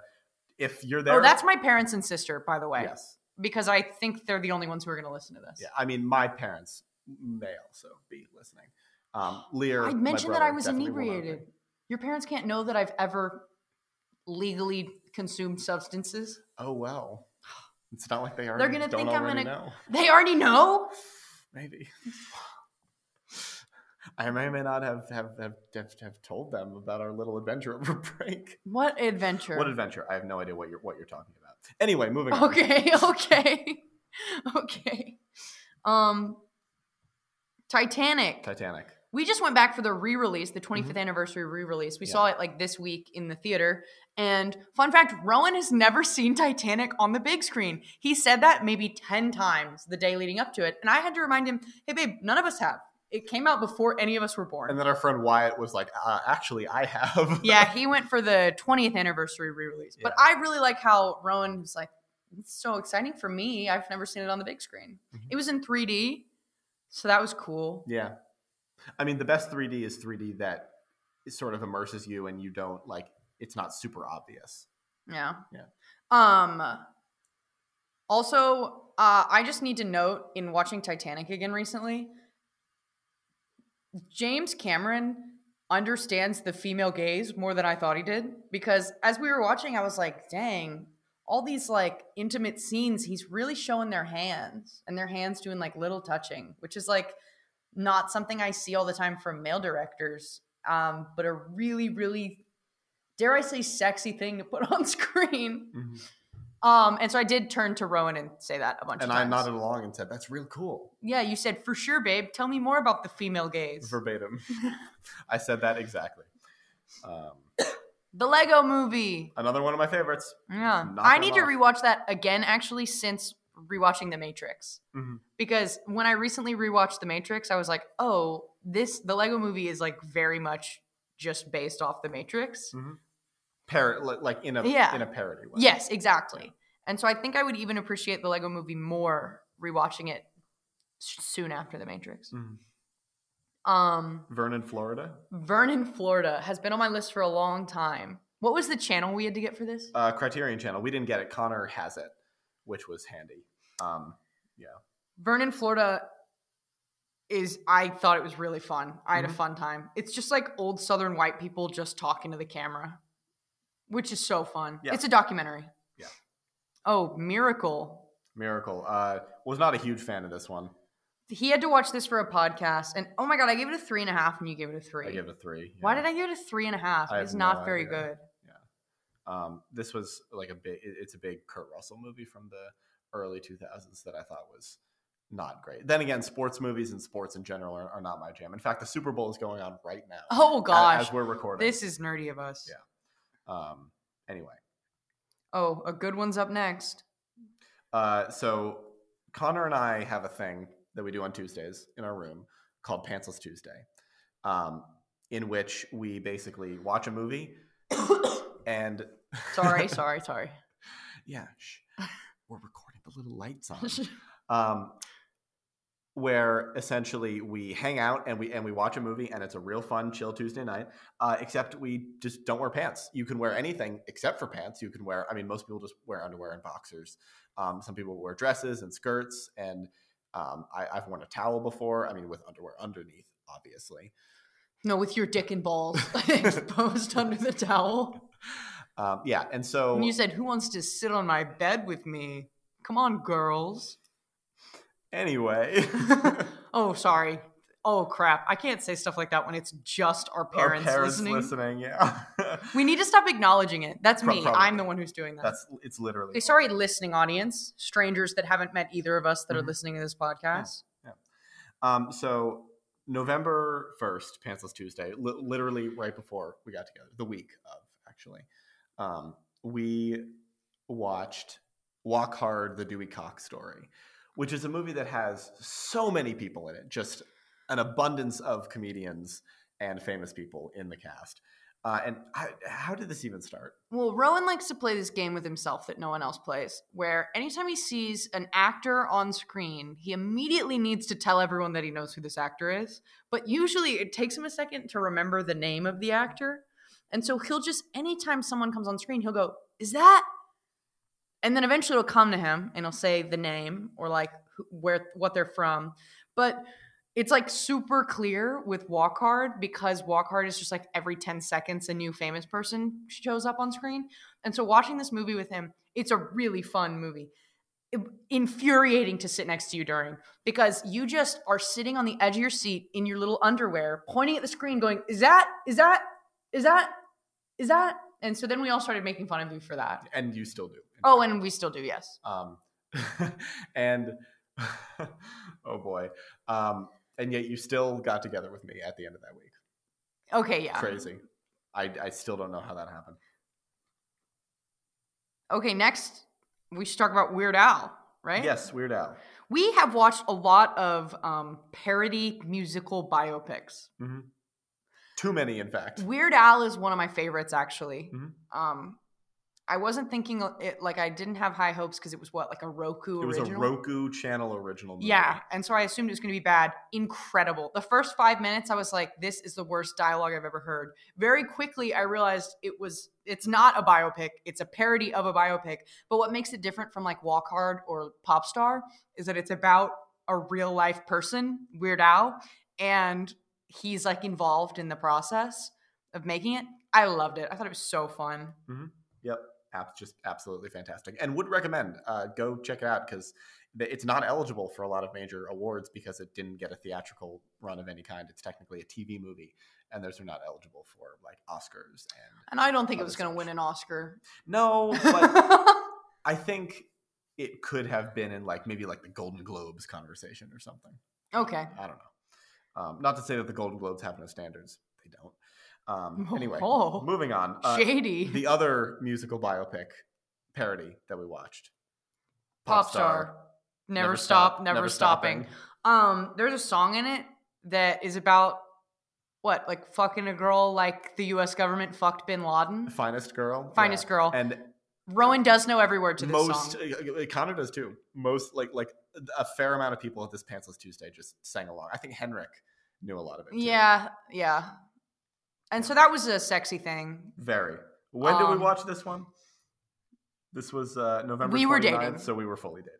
S1: if you're there,
S2: Oh, that's my parents and sister, by the way,
S1: yes,
S2: because I think they're the only ones who are going to listen to this.
S1: yeah. I mean, my parents may also be listening. Um, Lear,
S2: I
S1: my
S2: mentioned that I
S1: brother,
S2: was
S1: definitely will not
S2: inebriated.
S1: be.
S2: Your parents can't know that I've ever legally consumed substances.
S1: Oh well, it's not like they are.
S2: They're gonna
S1: don't
S2: think I'm
S1: already
S2: gonna-
S1: know.
S2: They already know.
S1: Maybe. I may or may not have have, have have have told them about our little adventure <laughs> over break.
S2: What adventure?
S1: What adventure? I have no idea what you're what you're talking about. Anyway, moving on.
S2: Okay, <laughs> okay, okay. Um, Titanic.
S1: Titanic.
S2: We just went back for the re-release, the 25th
S1: Mhm.
S2: anniversary re-release. We
S1: Yeah.
S2: saw it like this week in the theater. And fun fact, Rowan has never seen Titanic on the big screen. He said that maybe 10 times the day leading up to it, and I had to remind him, "Hey babe, none of us have. It came out before any of us were born."
S1: And then our friend Wyatt was like, uh, "Actually, I have." <laughs>
S2: yeah, he went for the 20th anniversary re-release. But I really like how Rowan was like, it's so exciting for me. I've never seen it on the big screen.
S1: Mhm.
S2: It was in 3D, so that was cool.
S1: yeah. I mean, the best 3D is 3D that it sort of immerses you, and you don't like. It's not super obvious.
S2: Yeah.
S1: Yeah.
S2: Um also, uh, I just need to note in watching Titanic again recently, James Cameron understands the female gaze more than I thought he did because as we were watching, I was like, dang, all these like intimate scenes, he's really showing their hands and their hands doing like little touching, which is like not something I see all the time from male directors, um, but a really, really, dare I say, sexy thing to put <laughs> on screen. Um, and so I did turn to Rowan and say that a bunch
S1: And
S2: of
S1: I
S2: times.
S1: nodded along and said, "That's real cool."
S2: yeah, you said for sure, babe. Tell me more about the female gaze. <laughs>
S1: Verbatim. I said that exactly. Um,
S2: the Lego Movie.
S1: another one of my favorites.
S2: Yeah,
S1: Knock
S2: I
S1: them
S2: need to
S1: off.
S2: rewatch that again. Actually, since rewatching The Matrix,
S1: Mhm.
S2: because when I recently rewatched The Matrix, I was like, oh, this the Lego Movie is like very much just based off The Matrix.
S1: Par- li- like in a
S2: Yeah.
S1: in a parody way.
S2: Yes, exactly. And so I think I would even appreciate the Lego Movie more rewatching it s- soon after The Matrix.
S1: Mhm. Mm.
S2: Um,
S1: Vernon, Florida.
S2: Vernon, Florida has been on my list for a long time. What was the channel we had to get for this?
S1: Uh, Criterion Channel. We didn't get it. Connor has it, which was handy. Um,
S2: Vernon, Florida is I thought it was really fun. I
S1: Mm-hmm.
S2: had a fun time. It's just like old Southern white people just talking to the camera, which is so fun.
S1: Yeah.
S2: It's a documentary.
S1: Yeah.
S2: Oh, miracle.
S1: Miracle. Uh, was not a huge fan of this one.
S2: He had to watch this for a podcast, and oh my god, I gave it a three and a half, and you gave it a three.
S1: I give it a three.
S2: Why did I give it a three and a half?
S1: I have
S2: It's not
S1: no
S2: very
S1: idea.
S2: good.
S1: Um, this was like a big. it- It's a big Kurt Russell movie from the early 2000s that I thought was not great. Then again, sports movies and sports in general are, are not my jam. In fact, the Super Bowl is going on right now.
S2: Oh
S1: a-
S2: gosh,
S1: as we're recording.
S2: this is nerdy of us.
S1: Yeah. um, anyway,
S2: Oh, a good one's up next.
S1: uh, so Connor and I have a thing that we do on Tuesdays in our room called Pantsless Tuesday, um, in which we basically watch a
S2: <coughs>
S1: movie and <laughs>
S2: Sorry, sorry, sorry. <laughs>
S1: Yeah, shh. we're recording the little lights on.
S2: <laughs>
S1: um, where essentially we hang out and we and we watch a movie and it's a real fun chill Tuesday night. Uh, except we just don't wear pants. You can wear anything except for pants. You can wear. I mean, most people just wear underwear and boxers. Um, some people wear dresses and skirts and. Um, I, I've worn a towel before. I mean, with underwear underneath, obviously.
S2: no, with your dick and balls <laughs> exposed under the towel.
S1: Um, yeah, and so
S2: And you said, Who wants to sit on my bed with me? Come on, girls.
S1: anyway, <laughs>
S2: Oh, sorry. Oh, crap. I can't say stuff like that when it's just our parents,
S1: our parents
S2: listening.
S1: listening yeah. <laughs>
S2: We need to stop acknowledging it. That's
S1: Pro-
S2: me.
S1: probably.
S2: I'm the one who's doing that.
S1: That's it's literally
S2: okay, sorry, listening audience, strangers that haven't met either of us that
S1: Mhm.
S2: are listening to this podcast.
S1: Um, so November first, Pantsless Tuesday, li- literally right before we got together, the week of actually, um, we watched Walk Hard: The Dewey Cox Story, which is a movie that has so many people in it, just an abundance of comedians and famous people in the cast. Uh, and I, how did this even start?
S2: Well, Rowan likes to play this game with himself that no one else plays, where anytime he sees an actor on screen, he immediately needs to tell everyone that he knows who this actor is. But usually it takes him a second to remember the name of the actor. And so he'll just, anytime someone comes on screen, he'll go, Is that? And then eventually it'll come to him and he'll say the name or like who- where, what they're from. But it's like super clear with Walk Hard because Walk Hard is just like every 10 seconds a new famous person shows up on screen. And so watching this movie with him, it's a really fun movie. It- infuriating to sit next to you during because you just are sitting on the edge of your seat in your little underwear, pointing at the screen, going, Is that, is that, is that, is that? And so then we all started making fun of you for that.
S1: And you still do. in
S2: Oh,
S1: fact.
S2: and we still do, yes.
S1: um, <laughs> and <laughs> oh boy um, and yet you still got together with me at the end of that week
S2: Okay, yeah.
S1: crazy I, I still don't know how that happened
S2: Okay, next we should talk about Weird Al, right?
S1: yes weird al
S2: We have watched a lot of um, parody musical biopics.
S1: Mm-hmm. too many in fact
S2: Weird Al is one of my favorites, actually.
S1: Mhm.
S2: Um, I wasn't thinking of it like I didn't have high hopes because it was what like a Roku
S1: it was
S2: original.
S1: a roku channel original movie.
S2: Yeah, and so I assumed it was going to be bad. Incredible. The first five minutes, I was like, "This is the worst dialogue I've ever heard." Very quickly, I realized it was. It's not a biopic. It's a parody of a biopic. But what makes it different from like Walk Hard or Pop Star is that it's about a real life person, Weird Al, and he's like involved in the process of making it. I loved it. I thought it was so fun.
S1: Abs- just absolutely fantastic and would recommend uh, go check it out because it's not eligible for a lot of major awards because it didn't get a theatrical run of any kind it's technically a tv movie and those are not eligible for like oscars and
S2: And I don't think it
S1: Other
S2: was going to
S1: stuff.
S2: win an Oscar.
S1: no <laughs> but I think it could have been in like maybe like the Golden Globes conversation or something.
S2: <laughs> okay.
S1: I don't know. Um, not to say that the Golden Globes have no standards; they don't.
S2: <laughs>
S1: Um, anyway,
S2: Oh.
S1: moving on. Uh,
S2: Shady.
S1: the other musical biopic parody that we watched,
S2: pop star never, stop, never, stopping. um there's a song in it that is about what like fucking a girl like the us government fucked bin laden
S1: finest girl, yeah.
S2: <laughs> finest girl
S1: and
S2: rowan does know every word to this
S1: most
S2: song
S1: uh, uh, Connor does too. Most like like a fair amount of people at this Pantsless Tuesday just sang along. I think Henrik knew a lot of it. Too.
S2: yeah yeah and so that was a sexy thing
S1: Very. When did we
S2: Um,
S1: watch this one? This was uh, November.
S2: We were
S1: 29th,
S2: dating.
S1: so we were fully dating.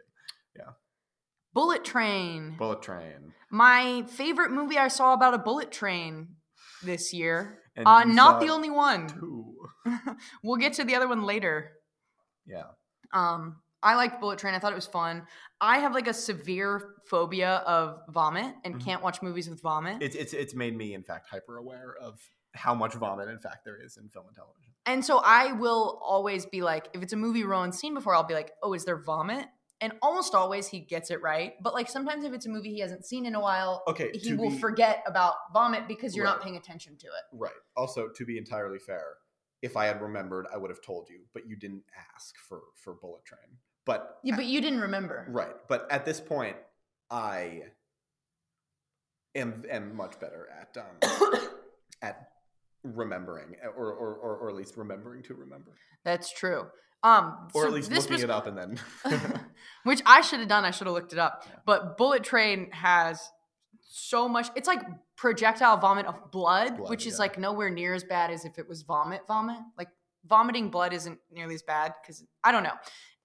S2: Bullet Train.
S1: Bullet Train.
S2: My favorite movie I saw about a bullet train this year.
S1: And
S2: Uh,
S1: you
S2: not
S1: saw
S2: the only one.
S1: two.
S2: <laughs> we'll get to the other one later.
S1: Yeah.
S2: Um, I liked Bullet Train. I thought it was fun. I have like a severe phobia of vomit and
S1: Mhm.
S2: can't watch movies with vomit.
S1: It's it's it's made me in fact hyper aware of how much vomit in fact there is in film and television.
S2: and so I will always be like, if it's a movie Rowan's seen before, I'll be like, oh, is there vomit? And almost always he gets it right. But like sometimes if it's a movie he hasn't seen in a while,
S1: Okay,
S2: he
S1: to
S2: will
S1: be-
S2: forget about vomit because you're not
S1: Right.
S2: paying attention to it.
S1: Right. Also, to be entirely fair, if I had remembered, I would have told you, but you didn't ask for for Bullet Train. But
S2: Yeah, but you didn't remember.
S1: right. But at this point, I am am much better at um at remembering uh, or or, or or at least remembering to remember
S2: <coughs> That's true. Um,
S1: or
S2: so
S1: at least
S2: this
S1: looking it up and then <laughs>
S2: was, <laughs> which I should have done. I should have looked it up.
S1: Yeah.
S2: But Bullet Train has so much. It's like projectile vomit of blood,
S1: Blood,
S2: which is
S1: yeah.
S2: like nowhere near as bad as if it was vomit. Vomit like vomiting blood isn't nearly as bad because I don't know.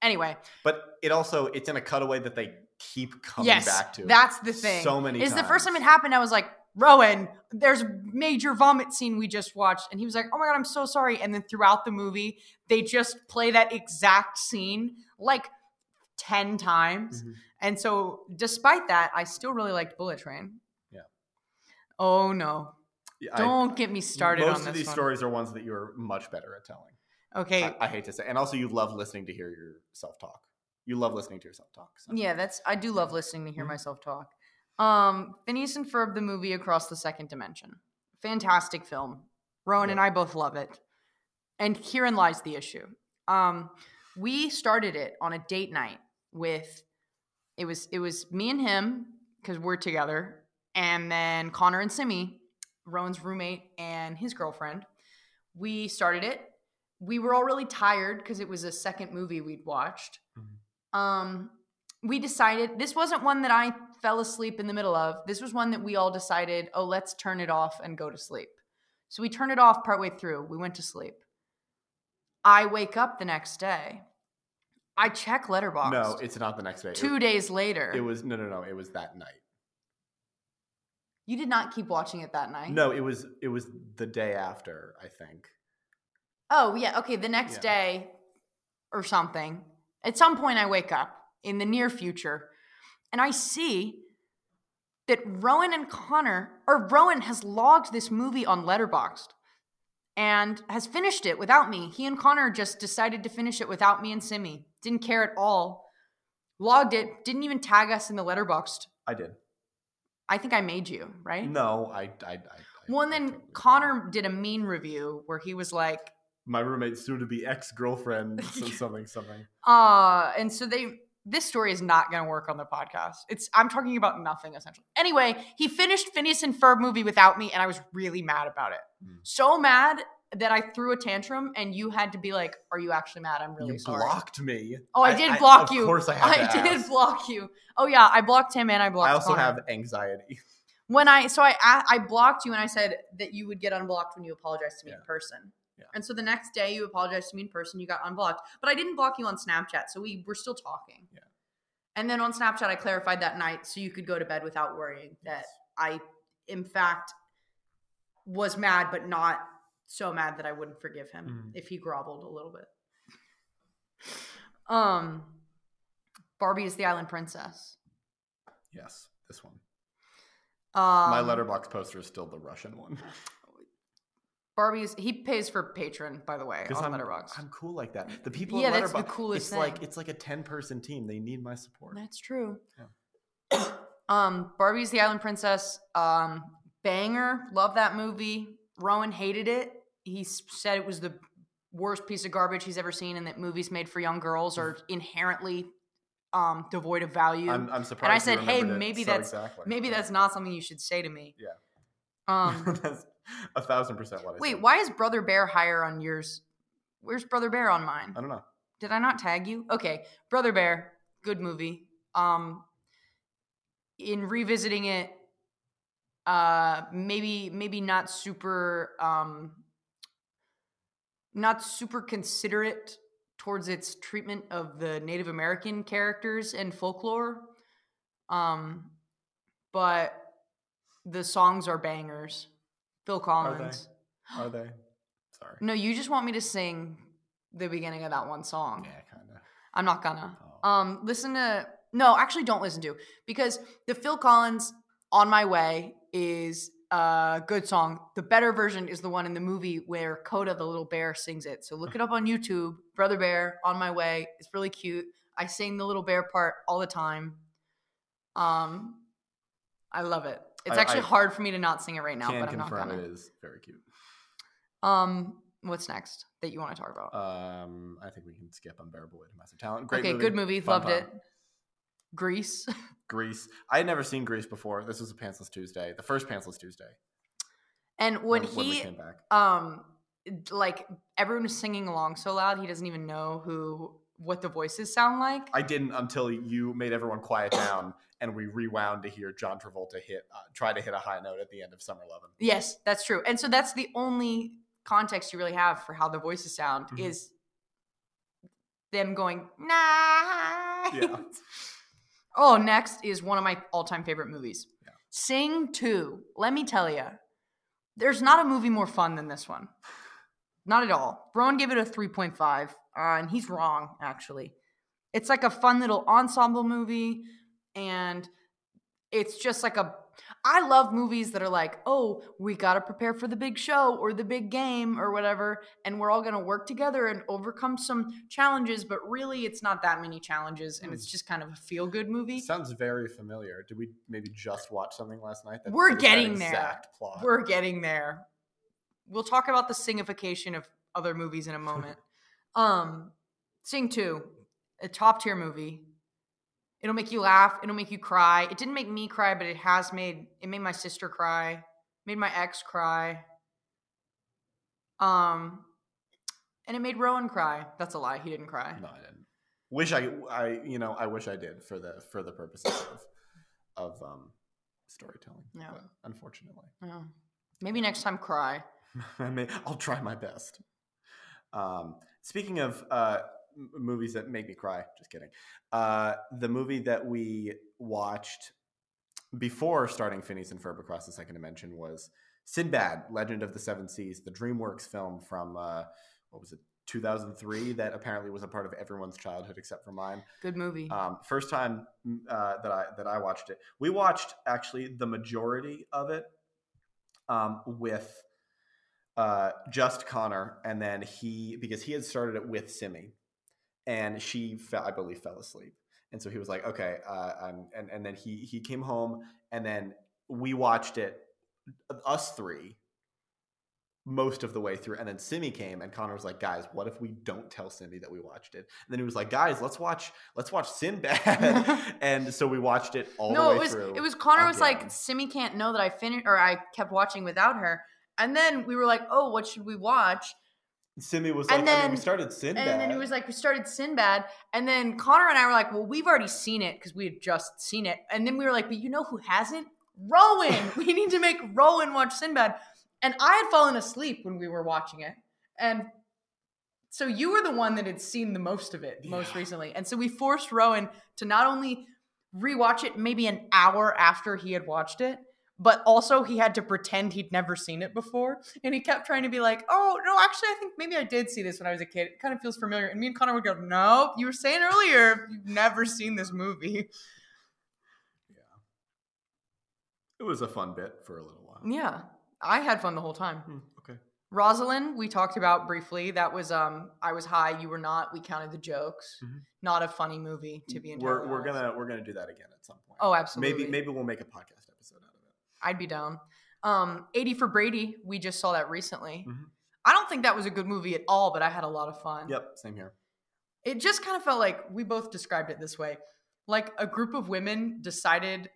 S2: Anyway,
S1: but it also it's in a cutaway that they keep coming
S2: yes,
S1: back to
S2: that's the thing.
S1: so many
S2: is the
S1: times.
S2: first time it happened, I was like, Rowan, there's a major vomit scene we just watched. And he was like, oh my God, I'm so sorry. And then throughout the movie, they just play that exact scene like 10 times.
S1: Mhm.
S2: And so, despite that, I still really liked Bullet Train.
S1: Yeah.
S2: Oh no.
S1: Yeah, I-
S2: Don't get me started
S1: most
S2: on this
S1: of these
S2: one.
S1: stories are ones that you're much better at telling
S2: okay.
S1: I, I hate to say and also you love listening to hear yourself talk you love listening to yourself talk so.
S2: yeah, that's I do love listening to hear
S1: Mhm.
S2: myself talk. Um, Phineas and Ferb, the movie Across the Second Dimension. Fantastic film. Rowan
S1: Yeah.
S2: and I both love it. And herein lies the issue. Um, we started it on a date night with it was it was me and him, because we're together, and then Connor and Simi, Rowan's roommate and his girlfriend. We started it. We were all really tired because it was a second movie we'd watched.
S1: Mm-hmm.
S2: Um, we decided this wasn't one that I fell asleep in the middle of. This was one that we all decided, oh, let's turn it off and go to sleep. So we turned it off partway through. We went to sleep. I wake up the next day. I check Letterboxd.
S1: no it's not the next day It-
S2: two days later.
S1: it was no no no it was that night
S2: you did not keep watching it that night.
S1: no it was it was the day after i think
S2: Oh, yeah. Okay. The next
S1: Yeah.
S2: day or something. At some point, I wake up in the near future and I see that Rowan and Connor, or Rowan has logged this movie on Letterboxd and has finished it without me. He and Connor just decided to finish it without me and Simi. Didn't care at all. Logged it, didn't even tag us in the Letterboxd.
S1: i did
S2: I think I made you, right?
S1: no i i, I, I
S2: Well, and
S1: Mm, I
S2: then
S1: totally-
S2: Connor did a mean review where he was like,
S1: my roommate soon to be ex-girlfriend
S2: <laughs>
S1: so- something something
S2: Uh, and so they this story is not going to work on the podcast. It's I'm talking about nothing essentially. Anyway, he finished Phineas and Ferb movie without me, and I was really mad about it.
S1: Mm.
S2: So mad that I threw a tantrum, and you had to be like, "Are you actually mad? I'm <laughs> really
S1: you
S2: sorry."
S1: blocked me
S2: oh, I did block you.
S1: of course i,
S2: <laughs> I
S1: had to
S2: did
S1: ask.
S2: block you. Oh yeah, I blocked him and I blocked.
S1: i also
S2: Connor.
S1: have anxiety
S2: when I so I a- I blocked you and I said that you would get unblocked when you apologized to me in
S1: Yeah.
S2: person.
S1: Yeah.
S2: And so the next day you apologized to me in person, you got unblocked. But I didn't block you on Snapchat, so we were still talking.
S1: Yeah.
S2: And then on Snapchat I clarified that night so you could go to bed without worrying that
S1: Yes.
S2: I in fact was mad but not so mad that I wouldn't forgive him
S1: Mm.
S2: if he groveled a little bit. <laughs> Um Barbie is the island princess.
S1: yes this one
S2: Um,
S1: my letterbox poster is still the russian one
S2: Barbie's he pays for patron, by the way,
S1: Because
S2: on
S1: I'm,
S2: Letterboxd.
S1: I'm cool like that. The people
S2: Yeah,
S1: at
S2: that's the
S1: Letterboxd,
S2: coolest
S1: it's like
S2: thing.
S1: it's like a ten person team. They need my support.
S2: That's true. <coughs> um, Barbie's the Island Princess. Um, banger. Love that movie. Rowan hated it. He s- said it was the worst piece of garbage he's ever seen, and that movies made for young
S1: <laughs>
S2: girls are inherently um, devoid of value.
S1: I'm, I'm surprised. you
S2: said, "Hey,
S1: remembered it
S2: maybe
S1: so
S2: that's-
S1: exactly.
S2: Maybe
S1: Yeah. <laughs>
S2: that's not something you should say to me.
S1: Yeah. <laughs>
S2: Um,
S1: that's a thousand percent what I
S2: wait,
S1: said.
S2: why is Brother Bear higher on yours? Where's Brother Bear on mine?
S1: I don't know.
S2: Did I not tag you? Okay, Brother Bear, good movie. Um, in revisiting it, uh, maybe maybe not super, um, not super considerate towards its treatment of the Native American characters and folklore. Um, but the songs are bangers. Phil
S1: they?
S2: Collins.
S1: Are they? Sorry.
S2: No, you just want me to sing the beginning of that one song.
S1: Yeah, kind of.
S2: I'm not gonna.
S1: Oh.
S2: Um, listen to no, actually, don't listen to because the Phil Collins "On My Way" is a good song. The better version is the one in the movie where Coda the little bear sings it. So look it up on YouTube. Brother Bear, "On My Way." It's really cute. I sing the little bear part all the time. Um, I love it. It's
S1: I-
S2: actually
S1: I
S2: hard for me to not sing it right now,
S1: Can
S2: but I'm not
S1: confirm
S2: gonna.
S1: it is very cute.
S2: Um, what's next that you want to talk about?
S1: Um, I think we can skip Unbearable Weight of Massive Talent. Great
S2: okay,
S1: movie.
S2: good movie.
S1: Fun
S2: Loved
S1: time.
S2: it. Grease. <laughs>
S1: Grease. I had never seen Grease before. This was a Pantsless Tuesday, the first Pantsless Tuesday.
S2: And when,
S1: we
S2: he
S1: came back.
S2: um d- like everyone is singing along so loud he doesn't even know who what the voices sound like.
S1: I didn't until you made everyone quiet down and we rewound to hear John Travolta hit uh, try to hit a high note at the end of Summer Lovin'.
S2: yes, that's true. And so that's the only context you really have for how the voices sound
S1: Mhm.
S2: is them going nah.
S1: Yeah.
S2: <laughs> oh, next is one of my all-time favorite movies.
S1: Yeah.
S2: Sing 2. Let me tell you. There's not a movie more fun than this one. Not at all. Rowan gave it a 3.5, uh, and he's wrong, actually. It's like a fun little ensemble movie, and it's just like a. I love movies that are like, oh, we got to prepare for the big show or the big game or whatever, and we're all going to work together and overcome some challenges, but really it's not that many challenges, and it's just kind of a feel good movie.
S1: Sounds very familiar. Did we maybe just watch something last night?
S2: We're
S1: was
S2: getting there.
S1: exact Plot.
S2: We're getting there. We'll talk about the singification of other movies in a moment. um, Sing 2, a top tier movie. It'll make you laugh, it'll make you cry. It didn't make me cry, but it has made it made my sister cry, made my ex cry. Um and it made Rowan cry. That's a lie. He didn't cry.
S1: No, I didn't. Wish I, I, you know, I wish I did for the for the purposes of, of um, storytelling.
S2: Yeah.
S1: But unfortunately,
S2: Oh. Maybe next time cry.
S1: <laughs> I may, I'll try my best. Um, speaking of uh, m- movies that make me cry, just kidding. Uh, the movie that we watched before starting Phineas and Ferb Across the Second Dimension was Sinbad, Legend of the Seven Seas, the DreamWorks film from uh, what was it, 2003, that apparently was a part of everyone's childhood except for mine.
S2: Good movie.
S1: Um, first time mm, uh, that I that I watched it, we watched actually the majority of it um, with uh, just Connor, and then he because he had started it with Simi, and she fe- I believe fell asleep, and so he was like, okay, uh, I'm, and and then he he came home, and then we watched it, us three. Most of the way through, and then Simi came, and Connor was like, "Guys, what if we don't tell Simi that we watched it?" And then he was like, "Guys, let's watch let's watch
S2: <laughs>
S1: Sinbad. and so we watched it all the
S2: no,
S1: way
S2: it was
S1: through.
S2: it was Connor was
S1: again.
S2: like Simi can't know that I finished or I kept watching without her, and then we were like, oh, what should we watch?
S1: Simi was like,
S2: and
S1: I mean, we
S2: then-
S1: started Sinbad.
S2: And then he was like, we started Sinbad, and then Connor and I were like, well, we've already seen it because we had just seen it, and then we were like, but you know who hasn't? Rowan. <laughs> we need to make Rowan watch Sinbad, and I had fallen asleep when we were watching it, and. So you were the one that had seen the most of it most
S1: Yeah.
S2: recently. And so we forced Rowan to not only rewatch it maybe an hour after he had watched it, but also he had to pretend he'd never seen it before. And he kept trying to be like, oh, no, actually, I think maybe I did see this when I was a kid. It kind of feels familiar. And me and Connor would go, no, you were saying earlier you've never seen this movie.
S1: It was a fun bit for a little while.
S2: Yeah, I had fun the whole time.
S1: Hmm, okay.
S2: Rosalind, we talked about briefly. That was, um, I was high, you were not. We counted the jokes.
S1: Mhm.
S2: Not a funny movie to be entirely
S1: We're, we're
S2: honest.
S1: gonna we're gonna do that again at some point.
S2: Oh, absolutely.
S1: Maybe maybe we'll make a podcast episode out of
S2: I'd be down. Um, 80 for Brady, we just saw that recently.
S1: Mhm.
S2: I don't think that was a good movie at all, but I had a lot of fun.
S1: it. Yep, same here.
S2: It just kind of felt like we both described it this way. Like a group of women decided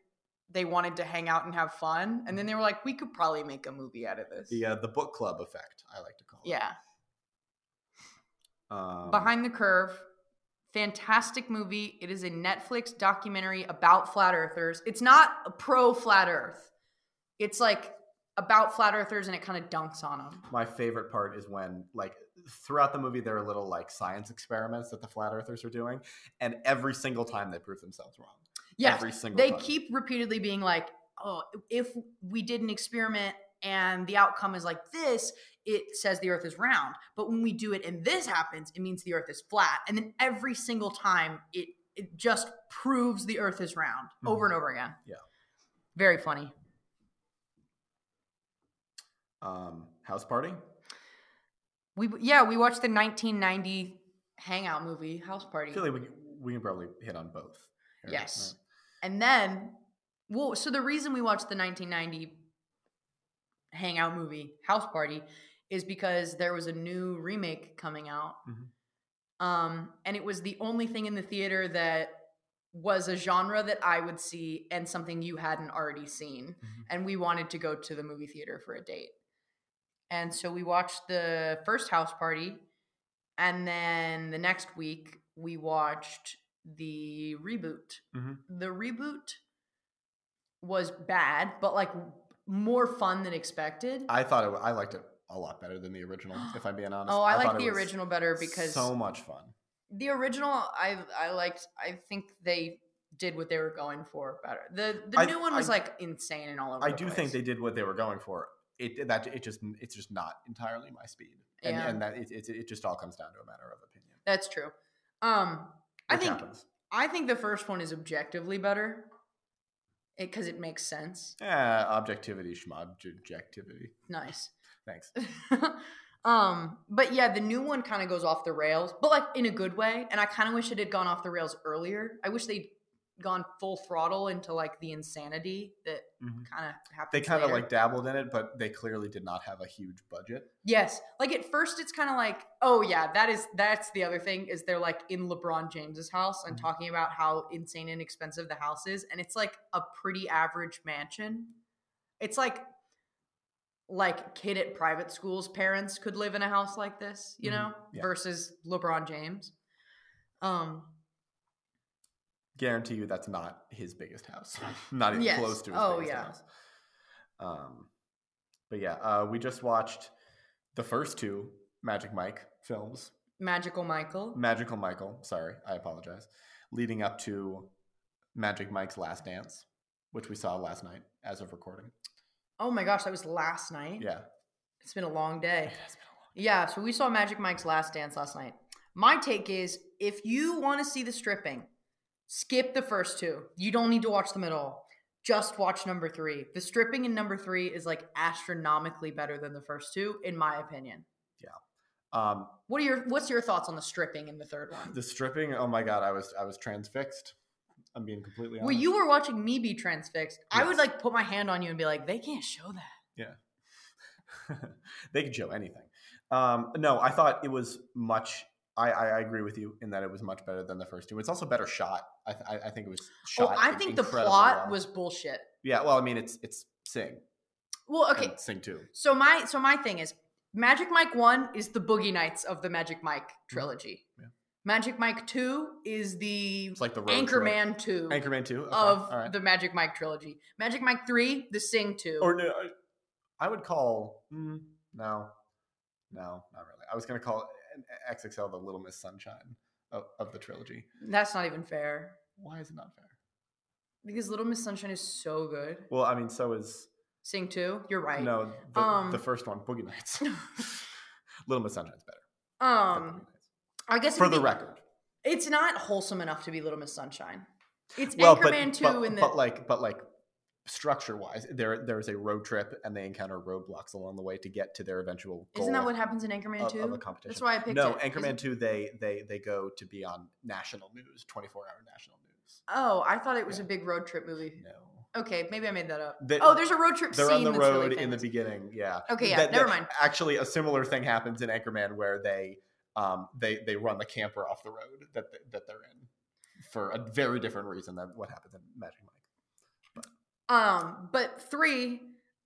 S2: they wanted to hang out and have fun,
S1: Mm-hmm.
S2: and then they were like, we could probably make a movie out of this.
S1: The uh, the book club effect, I like to call it.
S2: Yeah.
S1: Um,
S2: Behind the Curve. Fantastic movie. It is a Netflix documentary about flat earthers. It's not a pro flat earth. It's like about flat earthers and it kind of dunks on them.
S1: my favorite part is when like throughout the movie there are little like science experiments that the flat earthers are doing, and every single time they prove themselves wrong.
S2: Yes,
S1: every single
S2: they
S1: time.
S2: keep repeatedly being like, "Oh, if we did an experiment and the outcome is like this, it says the Earth is round. But when we do it and this happens, it means the Earth is flat." And then every single time, it it just proves the Earth is round over and over again.
S1: Mm-hmm. Yeah.
S2: very funny.
S1: um, house party.
S2: We yeah, we watched the 1990 Hangout movie, House
S1: I
S2: Party,
S1: feel like we, we can probably hit on both. here,
S2: Yes. and then well, so the reason we watched the 1990 Hangout movie, House Party, is because there was a new remake coming out,
S1: Mhm.
S2: um, and it was the only thing in the theater that was a genre that I would see and something you hadn't already seen.
S1: Mhm.
S2: and we wanted to go to the movie theater for a date. And so we watched the first house party, and then the next week we watched the reboot.
S1: Mhm.
S2: The reboot was bad, but like more fun than expected.
S1: I thought it, wa- I liked it a lot better than the
S2: <gasps>
S1: original. If I'm being honest.
S2: oh, I,
S1: thought
S2: like
S1: it
S2: the
S1: was
S2: original better because
S1: so much fun.
S2: the original I I liked. I think they did what they were going for better. The the
S1: I-
S2: new one was
S1: I-
S2: like insane and all over.
S1: I
S2: the
S1: do
S2: place.
S1: think they did what they were going for. It that it just it's just not entirely my speed, and,
S2: Yeah.
S1: and that it, it it just all comes down to a matter of opinion.
S2: That's true. Um, I
S1: which
S2: think
S1: happens.
S2: I think the first one is objectively better because it, makes sense.
S1: Yeah, Eh, objectivity, schmobjectivity.
S2: Nice. <laughs>
S1: Thanks.
S2: um, but yeah, the new one kind of goes off the rails, but like in a good way. And I kind of wish it had gone off the rails earlier. I wish they'd gone full throttle into like the insanity that
S1: Mhm.
S2: kind of happened.
S1: They kind of like dabbled in it, but they clearly did not have a huge budget.
S2: Yes. Like at first it's kind of like, oh yeah, that is that's the other thing is they're like in LeBron James's house and
S1: Mhm.
S2: talking about how insane and expensive the house is and it's like a pretty average mansion. It's like like kid at private school's parents could live in a house like this, you
S1: Mhm.
S2: know,
S1: Yeah.
S2: versus LeBron James. Um
S1: Guarantee you, that's not his biggest house. <laughs> not even
S2: Yes.
S1: close to his
S2: Oh,
S1: biggest
S2: yeah.
S1: house. Um, but yeah, uh, we just watched the first two Magic Mike films.
S2: Magical Michael.
S1: Magical Michael. Sorry, I apologize. Leading up to Magic Mike's Last Dance, which we saw last night as of recording.
S2: oh my gosh, that was last night.
S1: Yeah.
S2: It's been a long day.
S1: It has been a
S2: Yeah, so we saw Magic Mike's Last Dance last night. My take is if you want to see the stripping, skip the first two. You don't need to watch them at all. Just watch number three. The stripping in number three is like astronomically better than the first two, in my opinion.
S1: long- Um,
S2: What are your what's your thoughts on the stripping in the third one?
S1: the stripping. Oh my god, I was I was transfixed. I'm being completely honest.
S2: Well, you were watching me be transfixed. I would
S1: Yes.
S2: like put my hand on you and be like, they can't show that.
S1: <laughs> they could show anything. Um, no, I thought it was much. I, I, I agree with you in that it was much better than the first two. It's also better shot. I, th- I, I think it was shot.
S2: oh, I
S1: in-
S2: think the
S1: incredibly
S2: plot
S1: well.
S2: was bullshit.
S1: Yeah, well, I mean, it's it's sing.
S2: Well, okay,
S1: Okay, sing too.
S2: So my so my thing is Magic Mike 1 is the Boogie Nights of the Magic Mike trilogy.
S1: Mm-hmm. Yeah.
S2: Magic Mike 2 is the
S1: It's like the road trip.
S2: Anchorman 2
S1: Anchorman two okay,
S2: of
S1: all right.
S2: the Magic Mike trilogy. Magic Mike 3, the Sing 2.
S1: or no, I- I would call mm, no, no, not really. I was gonna call XXL the Little Miss Sunshine of, of the trilogy.
S2: That's not even fair
S1: Why is it not fair?
S2: because Little Miss Sunshine is so good.
S1: Well, I mean, so is
S2: Sing 2, you're right.
S1: no the,
S2: Um,
S1: the first one, Boogie
S2: <laughs>
S1: Nights. Little Miss Sunshine's better. than Boogie
S2: Um
S1: Nights.
S2: I guess it
S1: for
S2: would
S1: the
S2: be-
S1: record.
S2: it's not wholesome enough to be Little Miss Sunshine. It's
S1: Well, but,
S2: Anchorman 2
S1: but,
S2: in the
S1: but like, but like, structure wise, there there is a road trip, and they encounter roadblocks along the way to get to their eventual goal.
S2: Isn't that what happens in Anchorman
S1: of,
S2: 2?
S1: of a competition?
S2: That's why I picked
S1: no,
S2: it.
S1: Anchorman
S2: Isn't-
S1: two. They they they go to be on national news, twenty four hour national news.
S2: Oh, I thought it was
S1: Yeah.
S2: a big road trip movie.
S1: No,
S2: Okay, maybe I made that up.
S1: They-
S2: oh, there's a road trip
S1: they're
S2: scene
S1: on the
S2: that's
S1: road
S2: really
S1: in the
S2: famous.
S1: beginning. Yeah.
S2: Okay, yeah,
S1: That-
S2: never
S1: that-
S2: mind.
S1: Actually, a similar thing happens in Anchorman where they um they they run the camper off the road that that they're in for a very different reason than what happens in Magic Mike.
S2: Um, but three,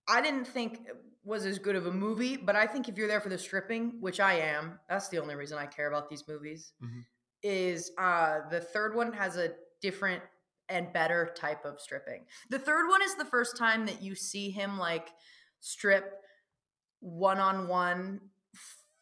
S2: I didn't think was as good of a movie, but I think if you're there for the stripping, which I am, that's the only reason I care about these movies.
S1: Mhm.
S2: Is uh the third one has a different and better type of stripping. The third one is the first time that you see him like strip one on one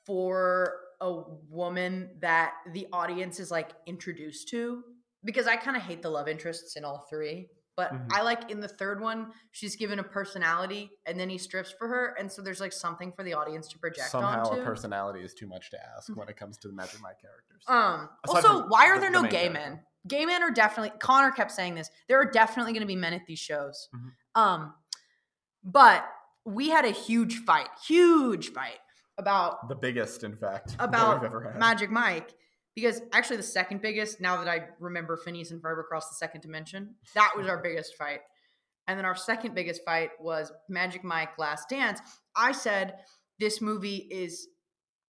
S2: for a woman that the audience is like introduced to because I kind of hate the love interests in all three. But
S1: Mhm.
S2: I like in the third one, she's given a personality, and then he strips for her, and so there's like something for the audience to project
S1: Somehow
S2: onto.
S1: a personality is too much to ask when it comes to the Magic Mike characters.
S2: Um.
S1: Aside
S2: Also,
S1: from
S2: why are
S1: the-
S2: there
S1: the
S2: no
S1: main
S2: gay
S1: character.
S2: men? Gay men are definitely. Connor kept saying this. There are definitely going to be men at these shows.
S1: Mhm.
S2: Um, but we had a huge fight, huge fight about
S1: the biggest, in fact, <laughs> that
S2: About
S1: we've ever had.
S2: Magic Mike because actually the second biggest. Now that I remember Phineas and Ferb across the second dimension, that was our biggest fight. And then our second biggest fight was Magic Mike Last Dance. I said this movie is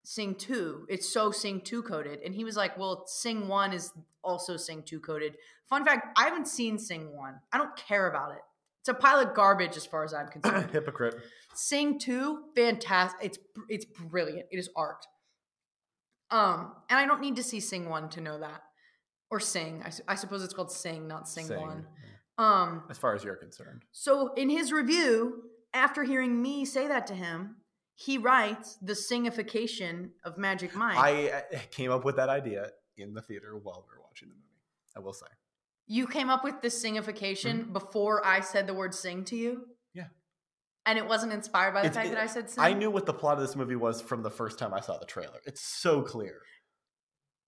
S2: Sing 2. It's so Sing 2 coded. And he was like, well, Sing 1 is also Sing 2 coded. Fun fact I haven't seen Sing 1. I don't care about it. It's a pile of garbage as far as
S1: <clears throat>
S2: I'm concerned.
S1: Hypocrite.
S2: Sing 2, fantastic. It's br- it's brilliant. It is art. Um, and I don't need to see Sing 1 to know that. Or Sing. I, su- I suppose it's called Sing, not Sing,
S1: Sing.
S2: 1. Um,
S1: As far as you're concerned.
S2: so in his review, after hearing me say that to him, he writes the singification of Magic Mike.
S1: I uh, came up with that idea in the theater while we were watching the movie. I will say.
S2: you came up with the singification before I said the word sing to you?
S1: Mm-hmm. Yeah.
S2: And it wasn't inspired by the
S1: It's-
S2: fact
S1: it-
S2: that I said sing?
S1: I knew what the plot of this movie was from the first time I saw the trailer. It's so clear.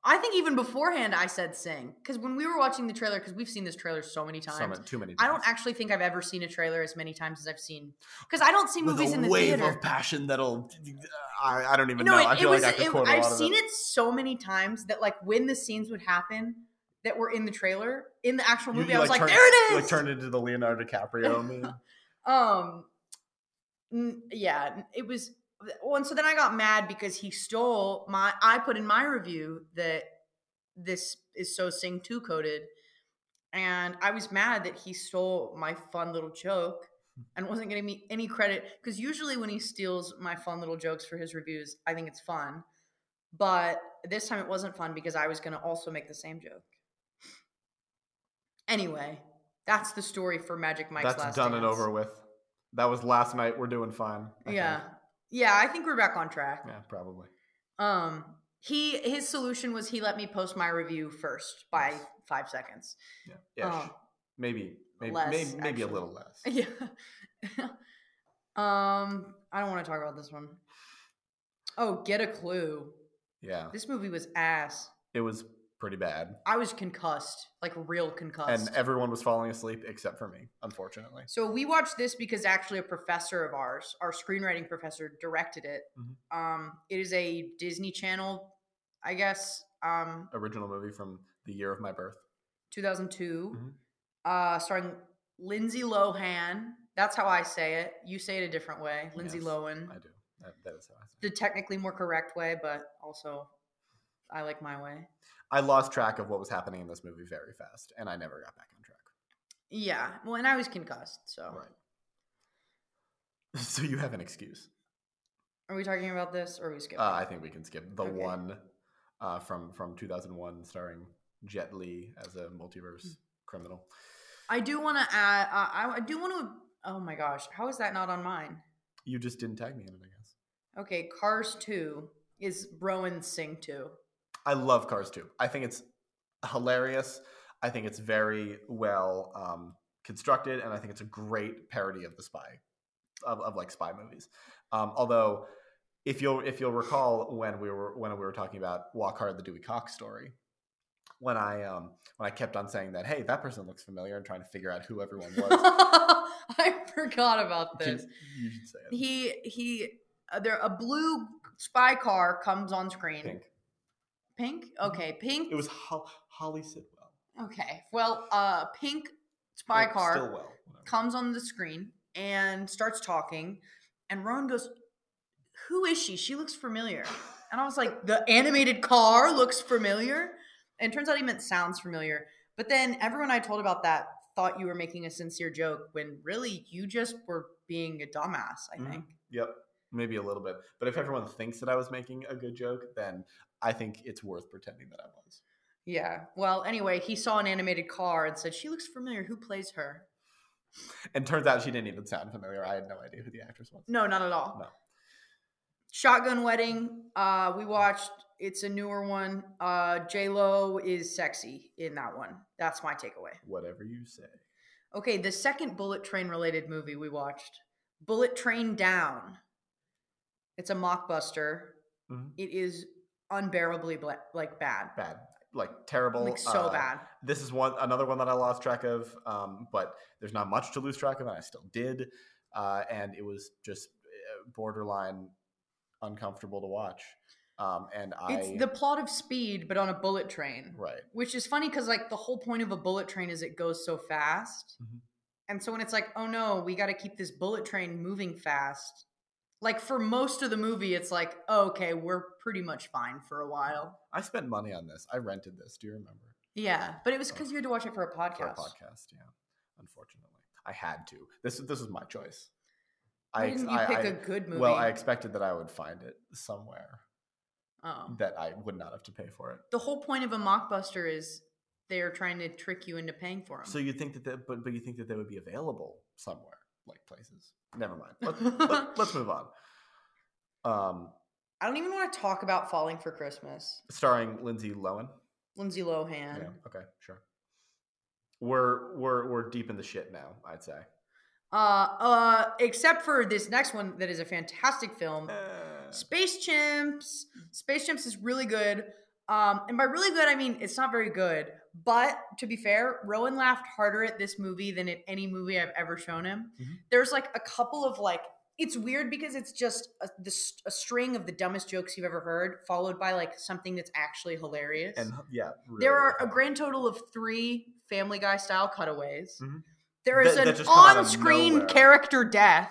S2: I think even beforehand I said sing. Because when we were watching the trailer, because we've seen this trailer so many times.
S1: Some, too many.
S2: I don't
S1: times.
S2: actually think I've ever seen a trailer as many times as I've seen because I don't see
S1: With
S2: movies
S1: a
S2: in the
S1: wave
S2: theater.
S1: of passion that'll. I, I don't even
S2: No,
S1: know.
S2: it,
S1: I
S2: it
S1: feel
S2: was.
S1: like I could
S2: it,
S1: quote a
S2: I've
S1: lot of
S2: seen
S1: it.
S2: it. so many times that like when the scenes would happen that were in the trailer in the actual
S1: You-
S2: movie,
S1: you,
S2: I was like,
S1: turn-
S2: there it
S1: you,
S2: is.
S1: Like turned into the Leonardo
S2: <laughs>
S1: DiCaprio meme.
S2: um, n- yeah, n- it was. Well, and so then I got mad because he stole my. I put in my review that this is so sing two coded, and I was mad that he stole my fun little joke.
S1: Hmm.
S2: And wasn't giving me any credit because usually when he steals my fun little jokes for his reviews, I think it's fun. But this time it wasn't fun because I was going to also make the same joke. Anyway, that's the story for Magic Mike's
S1: That's
S2: last
S1: done and
S2: Dance.
S1: over with. That was last night. We're doing fine. I think.
S2: Yeah. Yeah, I think we're back on track.
S1: Yeah, probably.
S2: Um he his solution was he let me post my review first by
S1: Yes.
S2: 5 seconds.
S1: Yeah. Ish.
S2: Um, <laughs>
S1: maybe. Maybe.
S2: less,
S1: maybe, maybe a
S2: actually.
S1: little less.
S2: <laughs> yeah. um I don't want to talk about this one. Oh, get a clue.
S1: Yeah.
S2: This movie was ass.
S1: It was pretty bad,
S2: I was concussed, like real concussed.
S1: and everyone was falling asleep except for me, unfortunately.
S2: So we watched this because actually a professor of ours, our screenwriting professor, directed it.
S1: Mhm.
S2: Um, it is a Disney Channel, I guess, um,
S1: Original movie from the year of my birth.
S2: 2002,
S1: Mhm.
S2: uh, starring Lindsay Lohan. That's how I say it. You say it a different way, Lindsay
S1: Yes,
S2: Lohan.
S1: I do. That, that is how I say.
S2: The technically more correct way, but also I like my way.
S1: I lost track of what was happening in this movie very fast, and I never got back on track.
S2: Yeah. Well, and I was concussed. So
S1: Right. <laughs> So you have an excuse.
S2: are we talking about this or are we skipping?
S1: Uh, I think we can skip the
S2: Okay.
S1: one uh, from from 2001, starring Jet Li as a multiverse criminal.
S2: I do want to add. Uh, I, I do want to. Oh my gosh, how is that not on mine?
S1: You just didn't tag me in it, I guess.
S2: Okay, Cars Two is Rowan Sing Two.
S1: I love Cars 2. I think it's hilarious. I think it's very well um, constructed, and I think it's a great parody of the spy, of, of like spy movies. Um, although, if you'll if you'll recall when we were when we were talking about Walk Hard, the Dewey Cox story, when I um, when I kept on saying that, hey, that person looks familiar, and trying to figure out who everyone
S2: <laughs>
S1: was.
S2: I forgot about
S1: Can-
S2: this.
S1: you should say it.
S2: He he. Uh, there a blue spy car comes on screen.
S1: Pink.
S2: Pink? Okay, pink.
S1: Mm-hmm. It was Hol- Holly Sidwell.
S2: okay. Well, uh, pink spy
S1: Or
S2: car
S1: Stillwell. whatever.
S2: comes on the screen and starts talking, and Rowan goes, "Who is she? She
S1: <laughs>
S2: looks familiar." And I was like, "The animated car looks familiar," and it turns out he meant sounds familiar. But then everyone I told about that thought you were making a sincere joke when really you just were being a dumbass. I
S1: Mhm.
S2: think.
S1: Yep, maybe a little bit. But if everyone thinks that I was making a good joke, then I think it's worth pretending that I was.
S2: Yeah. Well, anyway, he saw an animated car and said, "She looks familiar. Who plays her?"
S1: And turns out she didn't even sound familiar. I had no idea who the actress was.
S2: No, not at all.
S1: No.
S2: Shotgun Wedding. Uh, we watched. It's a newer one. Uh, J Lo is sexy in that one. That's my takeaway.
S1: Whatever you say.
S2: Okay, the second bullet train related movie we watched, Bullet Train Down. It's a mockbuster.
S1: Mhm.
S2: It is unbearably bla- like bad,
S1: Bad. Like terrible.
S2: like so
S1: uh,
S2: bad.
S1: This is one another one that I lost track of, um, but there's not much to lose track of, and I still did. Uh, and it was just uh, borderline uncomfortable to watch. Um, and I
S2: It's the plot of Speed, but on a bullet train,
S1: right.
S2: which is funny because like the whole point of a bullet train is it goes so fast,
S1: Mhm.
S2: and so when it's like, oh no, we got to keep this bullet train moving fast. Like for most of the movie, it's like, oh, okay, we're pretty much fine for a while.
S1: I spent money on this. I rented this. Do you remember?
S2: Yeah, but it was because you had to watch it for a podcast.
S1: Oh. for a podcast. Yeah, unfortunately, I had to. This this was my choice.
S2: Why
S1: ex-
S2: didn't you pick a good movie?
S1: well, I expected that I would find it somewhere
S2: oh.
S1: that I would not have to pay for it.
S2: the whole point of a mockbuster is they're trying to trick you into paying for them.
S1: So you think that, that but but you think that they would be available somewhere, like places. Never mind. Let's,
S2: <laughs>
S1: let, us move on. Um,
S2: I don't even want to talk about Falling for Christmas.
S1: starring Lindsay Lohan.
S2: Lindsay Lohan.
S1: Yeah. Okay. Sure. We're we're we're deep in the shit now. I'd say.
S2: Uh, uh, except for this next one that is a fantastic film, Space Chimps. Space Chimps is really good. Um, and by really good, I mean it's not very good. But to be fair, Rowan laughed harder at this movie than at any movie I've ever shown him.
S1: Mhm.
S2: There's like a couple of like, it's weird because it's just a, the, s- a string of the dumbest jokes you've ever heard, followed by like something that's actually hilarious.
S1: and yeah,
S2: there
S1: really
S2: are a
S1: funny.
S2: grand total of three Family Guy style cutaways.
S1: Mhm.
S2: There is
S1: That- that
S2: an
S1: just come out of
S2: on screen
S1: nowhere.
S2: character death.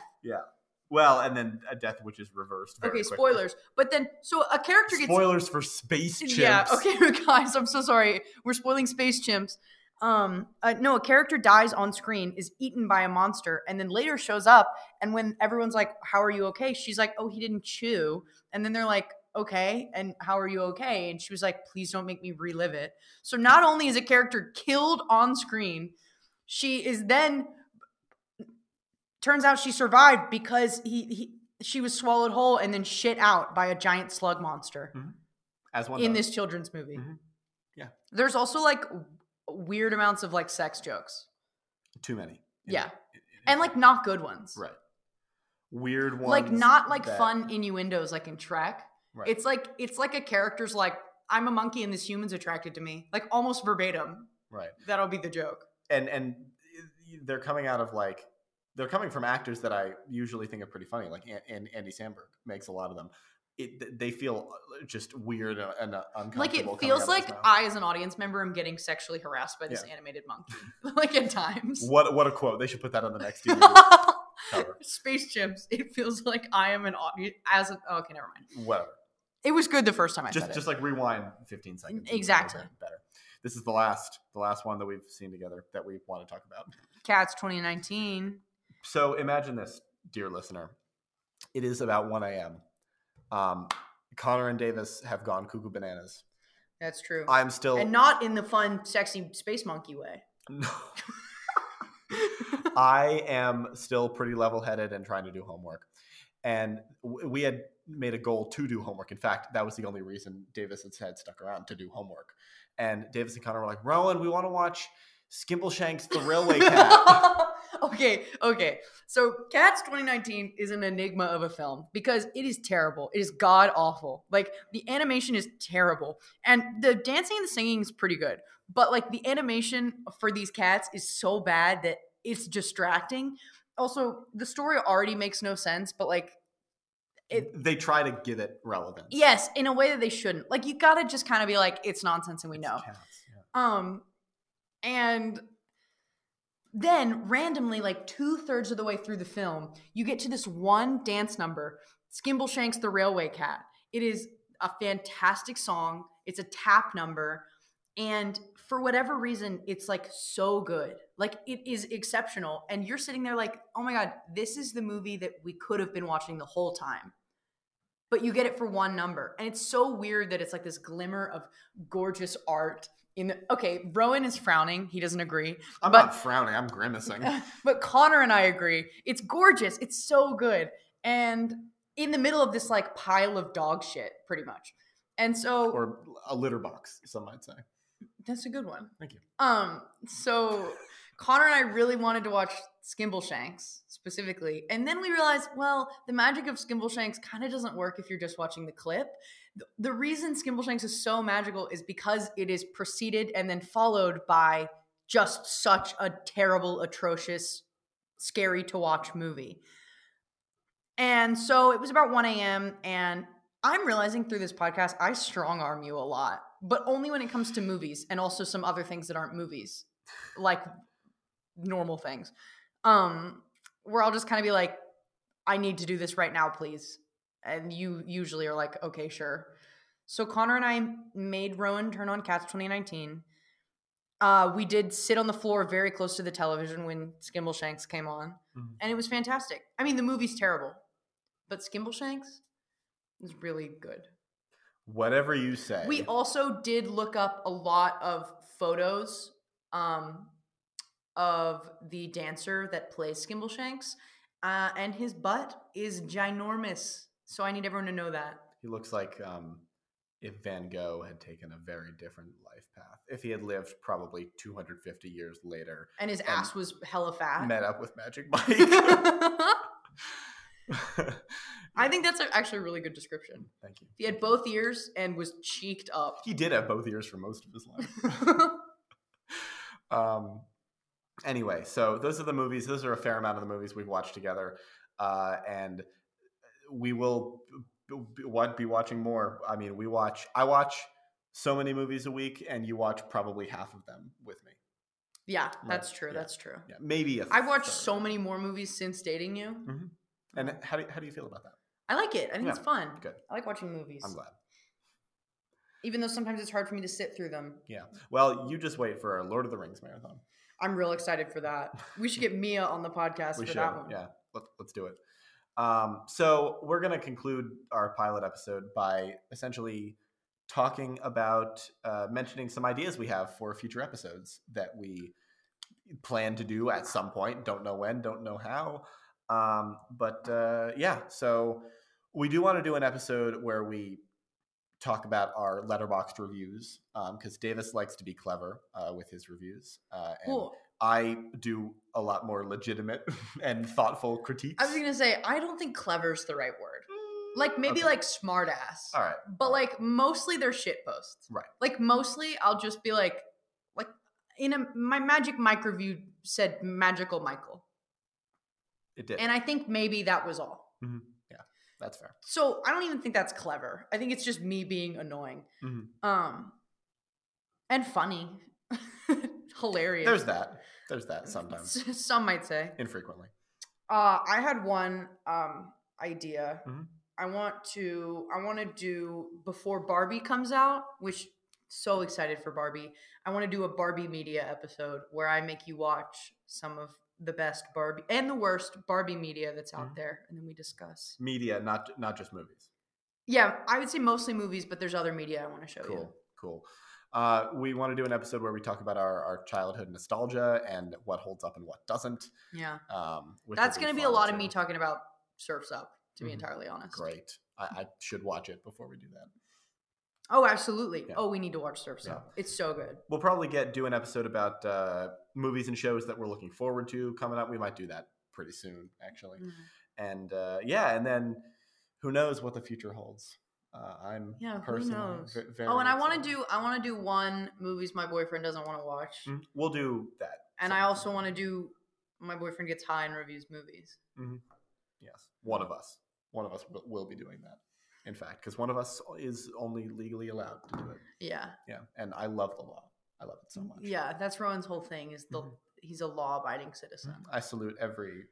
S1: Well, and then a death which is reversed. Very
S2: Okay,
S1: quickly.
S2: spoilers. But then, so a character gets
S1: Spoilers for space chimps.
S2: <laughs> Yeah, okay, guys, I'm so sorry. We're spoiling Space Chimps. Um, uh, no, a character dies on screen, is eaten by a monster, and then later shows up. And when everyone's like, How are you okay? She's like, Oh, he didn't chew. And then they're like, Okay, and how are you okay? And she was like, Please don't make me relive it. So not only is a character killed on screen, she is then. Turns out she survived because he, he she was swallowed whole and then shit out by a giant slug monster
S1: As one
S2: in
S1: does.
S2: this children's movie.
S1: Mhm. Yeah.
S2: There's also like w- weird amounts of like sex jokes.
S1: too many.
S2: Yeah. And like not good ones.
S1: right. Weird ones.
S2: Like not like
S1: that-
S2: fun innuendos like in Shrek.
S1: Right.
S2: It's like it's like a character's like I'm a monkey and this human's attracted to me. Like almost verbatim.
S1: right.
S2: That'll be the joke.
S1: And and they're coming out of like they're coming from actors that I usually think are pretty funny. Like and, and Andy Samberg makes a lot of them. It, they feel uh, just weird and, and uncomfortable.
S2: Like it
S1: coming
S2: feels
S1: out of his
S2: like
S1: mouth.
S2: I as an audience member am getting sexually harassed by this animated monkey. <laughs> like at times. <laughs>
S1: what what a quote! They should put that on the next DVD cover.
S2: Space chimps. It feels like I am an audience as an oh, okay, never mind.
S1: Whatever.
S2: It was good the first time I said
S1: just
S2: it.
S1: just like rewind 15 seconds and
S2: Exactly.
S1: it'll be better this is the last the last one that we've seen together that we want to talk about
S2: Cats 2019.
S1: so imagine this dear listener it is about 1 a.m um, connor and davis have gone cuckoo bananas
S2: That's true.
S1: i'm still
S2: and not in the fun, sexy space monkey way.
S1: <laughs> i am still pretty level-headed and trying to do homework and w- we had made a goal to do homework in fact that was the only reason davis had said stuck around to do homework and davis and connor were like rowan we want to watch skimbleshank's the
S2: <laughs>
S1: railway cat
S2: okay, okay. So Cats 2019 is an enigma of a film because it is terrible. It is god awful. Like the animation is terrible. And the dancing and the singing is pretty good. But like the animation for these cats is so bad that it's distracting. Also, the story already makes no sense, but like It-
S1: they try to give it relevance.
S2: yes, in a way that they shouldn't. Like you got to just kind of be like it's nonsense and we
S1: It's
S2: know.
S1: cats, yeah.
S2: Um, and then randomly, like two thirds of the way through the film, you get to this one dance number, Skimbleshanks the Railway Cat. It is a fantastic song. It's a tap number. And for whatever reason, it's like so good. Like it is exceptional. And you're sitting there like, oh my God, this is the movie that we could have been watching the whole time. But you get it for one number. And it's so weird that it's like this glimmer of gorgeous art. In the, okay, Rowan is frowning. He doesn't agree.
S1: I'm
S2: But-
S1: not frowning. I'm
S2: <laughs>
S1: grimacing.
S2: but Connor and I agree. It's gorgeous. It's so good. And in the middle of this like pile of dog shit, pretty much. And so
S1: or a litter box, some might say.
S2: that's a good one.
S1: Thank you.
S2: Um, so Connor and I really wanted to watch Skimbleshanks specifically, and then we realized, well, the magic of Skimbleshanks kind of doesn't work if you're just watching the clip. The, the reason Skimbleshanks is so magical is because it is preceded and then followed by just such a terrible, atrocious, scary to watch movie. And so it was about 1 a.m. and I'm realizing through this podcast, I strong arm you a lot, but only when it comes to movies and also some other things that aren't movies, like normal things. Um, where I'll just kind of be like, I need to do this right now, please. And you usually are like, okay, sure. So Connor and I made Rowan turn on Cats 2019. Uh, we did sit on the floor very close to the television when Skimbleshanks came on,
S1: Mhm.
S2: and it was fantastic. I mean, the movie's terrible, but Skimbleshanks is really good.
S1: Whatever you say.
S2: We also did look up a lot of photos um, of the dancer that plays Skimbleshanks, uh, and his butt is ginormous. So I need everyone to know that.
S1: He looks like um, if Van Gogh had taken a very different life path. If he had lived probably 250 years later,
S2: And his ass was hella fat.
S1: met <laughs> up with Magic Mike.
S2: <laughs>
S1: <laughs>
S2: I think that's a- actually a really good description.
S1: Thank you.
S2: He had both ears and was cheeked
S1: <laughs>
S2: up. <laughs>
S1: He did have both ears for most of his life. um, anyway, so those are the movies. Those are a fair amount of the movies we've watched together, uh, and we will b- b- what be watching more. I mean, we watch. I watch so many movies a week, and you watch probably half of them with me.
S2: yeah,
S1: Right,
S2: that's true.
S1: yeah.
S2: That's true.
S1: Yeah, maybe a
S2: I watched
S1: third.
S2: so many more movies since dating you.
S1: And how do, how do you feel about that?
S2: I like it. I think
S1: Yeah,
S2: it's fun.
S1: good.
S2: I like watching movies.
S1: I'm glad.
S2: even though sometimes it's hard for me to sit through them.
S1: Well, you just wait for our Lord of the Rings marathon.
S2: I'm real excited for that. We should get Mia on the podcast
S1: we
S2: for
S1: should.
S2: that one.
S1: Yeah, let, let's do it. Um, so we're going to conclude our pilot episode by essentially talking about uh, mentioning some ideas we have for future episodes that we plan to do at some point. Don't know when, don't know how. Um, but uh, yeah, so we do want to do an episode where we talk about our letterboxed reviews because Davis likes to be clever uh, with his reviews. Uh, and
S2: Cool.
S1: I do a lot more legitimate <laughs> and thoughtful critiques.
S2: I was gonna say I don't think clever's the right word. Like maybe
S1: Okay.
S2: like smartass,
S1: all right,
S2: but like mostly they're shit posts.
S1: Right.
S2: Like mostly I'll just be like, like in a my Magic Mike review said magical Michael,
S1: it did.
S2: and I think maybe that was all.
S1: That's fair.
S2: So I don't even think that's clever. I think it's just me being annoying,
S1: Mhm.
S2: um, and funny, <laughs> hilarious.
S1: There's that. There's that sometimes,
S2: <laughs> Some might say.
S1: infrequently.
S2: Uh, I had one um, idea.
S1: Mhm.
S2: I want to. I want to do before Barbie comes out, which so excited for Barbie. I want to do a Barbie media episode where I make you watch some of the best Barbie and the worst Barbie media that's out
S1: Mhm.
S2: there, and then we discuss.
S1: Media, not not just movies.
S2: Yeah, I would say mostly movies, but there's other media I want to show you.
S1: Cool, cool. Uh, we want to do an episode where we talk about our, our childhood nostalgia and what holds up and what doesn't.
S2: Yeah,
S1: Um, which
S2: that's
S1: will
S2: going to be a
S1: fun
S2: lot of
S1: too.
S2: me talking about Surfs Up. To be
S1: Mhm.
S2: entirely honest.
S1: Great. I, I should watch it before we do that.
S2: Oh, absolutely.
S1: Yeah.
S2: Oh, we need to watch Surfs
S1: Yeah.
S2: Up. It's so good.
S1: We'll probably get do an episode about uh, movies and shows that we're looking forward to coming up. We might do that pretty soon, actually.
S2: Mm-hmm.
S1: and uh, yeah, and then who knows what the future holds? Uh, I'm
S2: Yeah, who
S1: personally
S2: knows?
S1: ve- very.
S2: Oh, and I want
S1: excited.
S2: to do I want to do one movies my boyfriend doesn't want to watch,
S1: Mhm. We'll do that.
S2: and I
S1: sometime.
S2: also want to do my boyfriend gets high and reviews movies.
S1: Yes, one of us. One of us will, will be doing that. In fact, because one of us is only legally allowed to do it.
S2: Yeah,
S1: Yeah, and I love the law. I love it so much.
S2: yeah, that's Rowan's whole thing is the
S1: Mhm.
S2: he's a law abiding citizen.
S1: I salute every,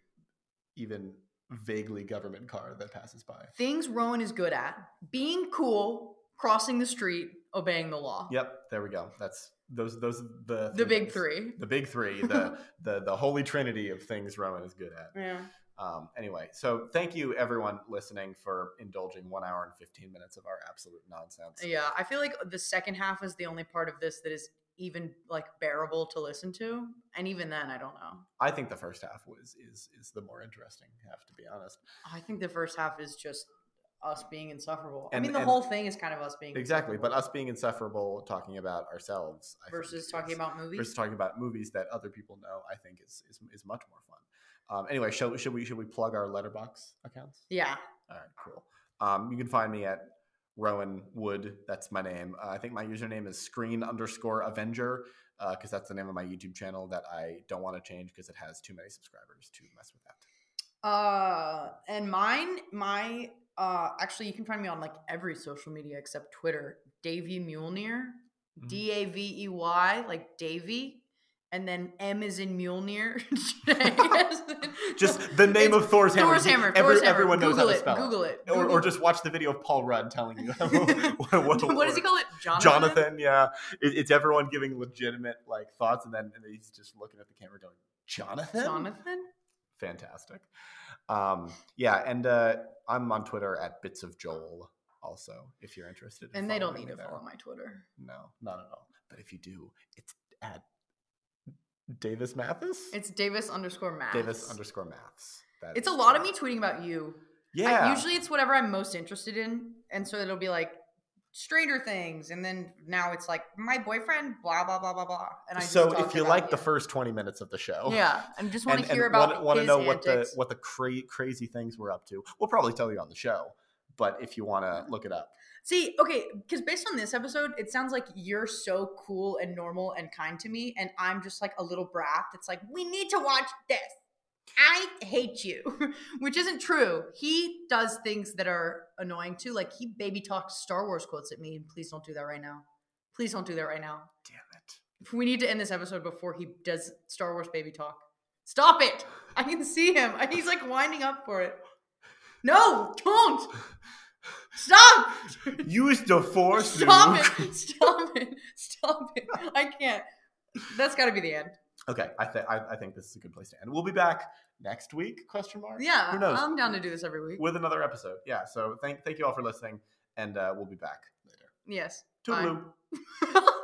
S1: even vaguely government car that passes by.
S2: Things Rowan is good at: being cool, crossing the street, obeying the law.
S1: Yep, there we go. That's those. Those are the
S2: the big
S1: things.
S2: three.
S1: The big three. The the the holy trinity of things Roman is good at.
S2: Yeah.
S1: Um, anyway, so thank you everyone listening for indulging one hour and 15 minutes of our absolute nonsense.
S2: Yeah, I feel like the second half is the only part of this that is even like bearable to listen to, and even then, I don't know.
S1: I think the first half was is is the more interesting half, to be honest.
S2: I think the first half is just us being insufferable. I
S1: And-
S2: mean, the
S1: and-
S2: whole thing is kind of us being
S1: Exactly, but us
S2: insufferable
S1: being insufferable, talking about ourselves I think
S2: versus
S1: is-
S2: talking about movies.
S1: versus talking about movies that other people know, I think is is, is much more fun. Um, anyway, shall, should we should we plug our letterbox accounts?
S2: yeah,
S1: All right, cool. Um, you can find me at Rowan Wood. That's my name. Uh, I think my username is Screen underscore Avenger because that's the name of my YouTube channel that I don't want to change because it has too many subscribers to mess with that.
S2: Uh, and mine, my, uh, actually, you can find me on like every social media except Twitter. Davey Muleneer,
S1: Mhm.
S2: D A V E Y, like Davey, and then M is in <laughs> Muleneer. J is in-
S1: Just the name
S2: It's
S1: of Thor's hammer.
S2: Thor's hammer.
S1: Every-
S2: Thor's hammer.
S1: Everyone knows
S2: Google
S1: how to
S2: it,
S1: spell it.
S2: Google it.
S1: Or,
S2: Google
S1: or
S2: it.
S1: just watch the video of Paul Rudd telling you <laughs> what, what a
S2: <laughs> what does he
S1: word.
S2: call it? Jonathan.
S1: Jonathan, yeah. It, it's everyone giving legitimate like thoughts, and then and he's just looking at the camera going, Jonathan?
S2: Jonathan.
S1: Fantastic. Um, yeah, and uh, I'm on Twitter at bits of Joel also, if you're interested. in
S2: And they don't
S1: following
S2: need
S1: me
S2: to
S1: there.
S2: follow my Twitter.
S1: No, not at all. But if you do, it's at Davis Mathis.
S2: It's Davis underscore Matt.
S1: Davis underscore Maths. That
S2: It's a
S1: is
S2: lot of me
S1: correct.
S2: tweeting about you. I-
S1: Yeah.
S2: usually it's whatever I'm most interested in. And so it'll be like Stranger Things. And then now it's like my boyfriend, blah, blah, blah, blah, blah. And I just
S1: so
S2: talk
S1: if you
S2: about
S1: like the
S2: you.
S1: first 20 minutes of the show.
S2: Yeah. And just want
S1: And,
S2: to hear
S1: and
S2: about
S1: want to
S2: his
S1: know what the
S2: antics.
S1: what the cra- crazy things we're up to. We'll probably tell you on the show, but if you want to look it up,
S2: See, okay, because based on this episode, it sounds like you're so cool and normal and kind to me, and I'm just like a little brat that's like, we need to watch this. I hate you, <laughs> which isn't true. He does things that are annoying too. Like he baby talks Star Wars quotes at me. Please don't do that right now. Please don't do that right now.
S1: damn it.
S2: We need to end this episode before he does Star Wars baby talk. Stop it. I can see him. <laughs> He's like winding up for it. No, don't. Stop. <laughs>
S1: Use the force.
S2: Stop
S1: Luke.
S2: it! <laughs> Stop it! Stop it! I can't. That's got to be the end.
S1: Okay, I, th- I I think this is a good place to end. We'll be back next week? Question mark.
S2: Yeah, um,
S1: Who knows?
S2: I'm down to do this every week.
S1: With another episode. Yeah. So thank thank you all for listening, and uh, we'll be back later.
S2: yes. <laughs>
S1: Toodaloo.
S2: Bye.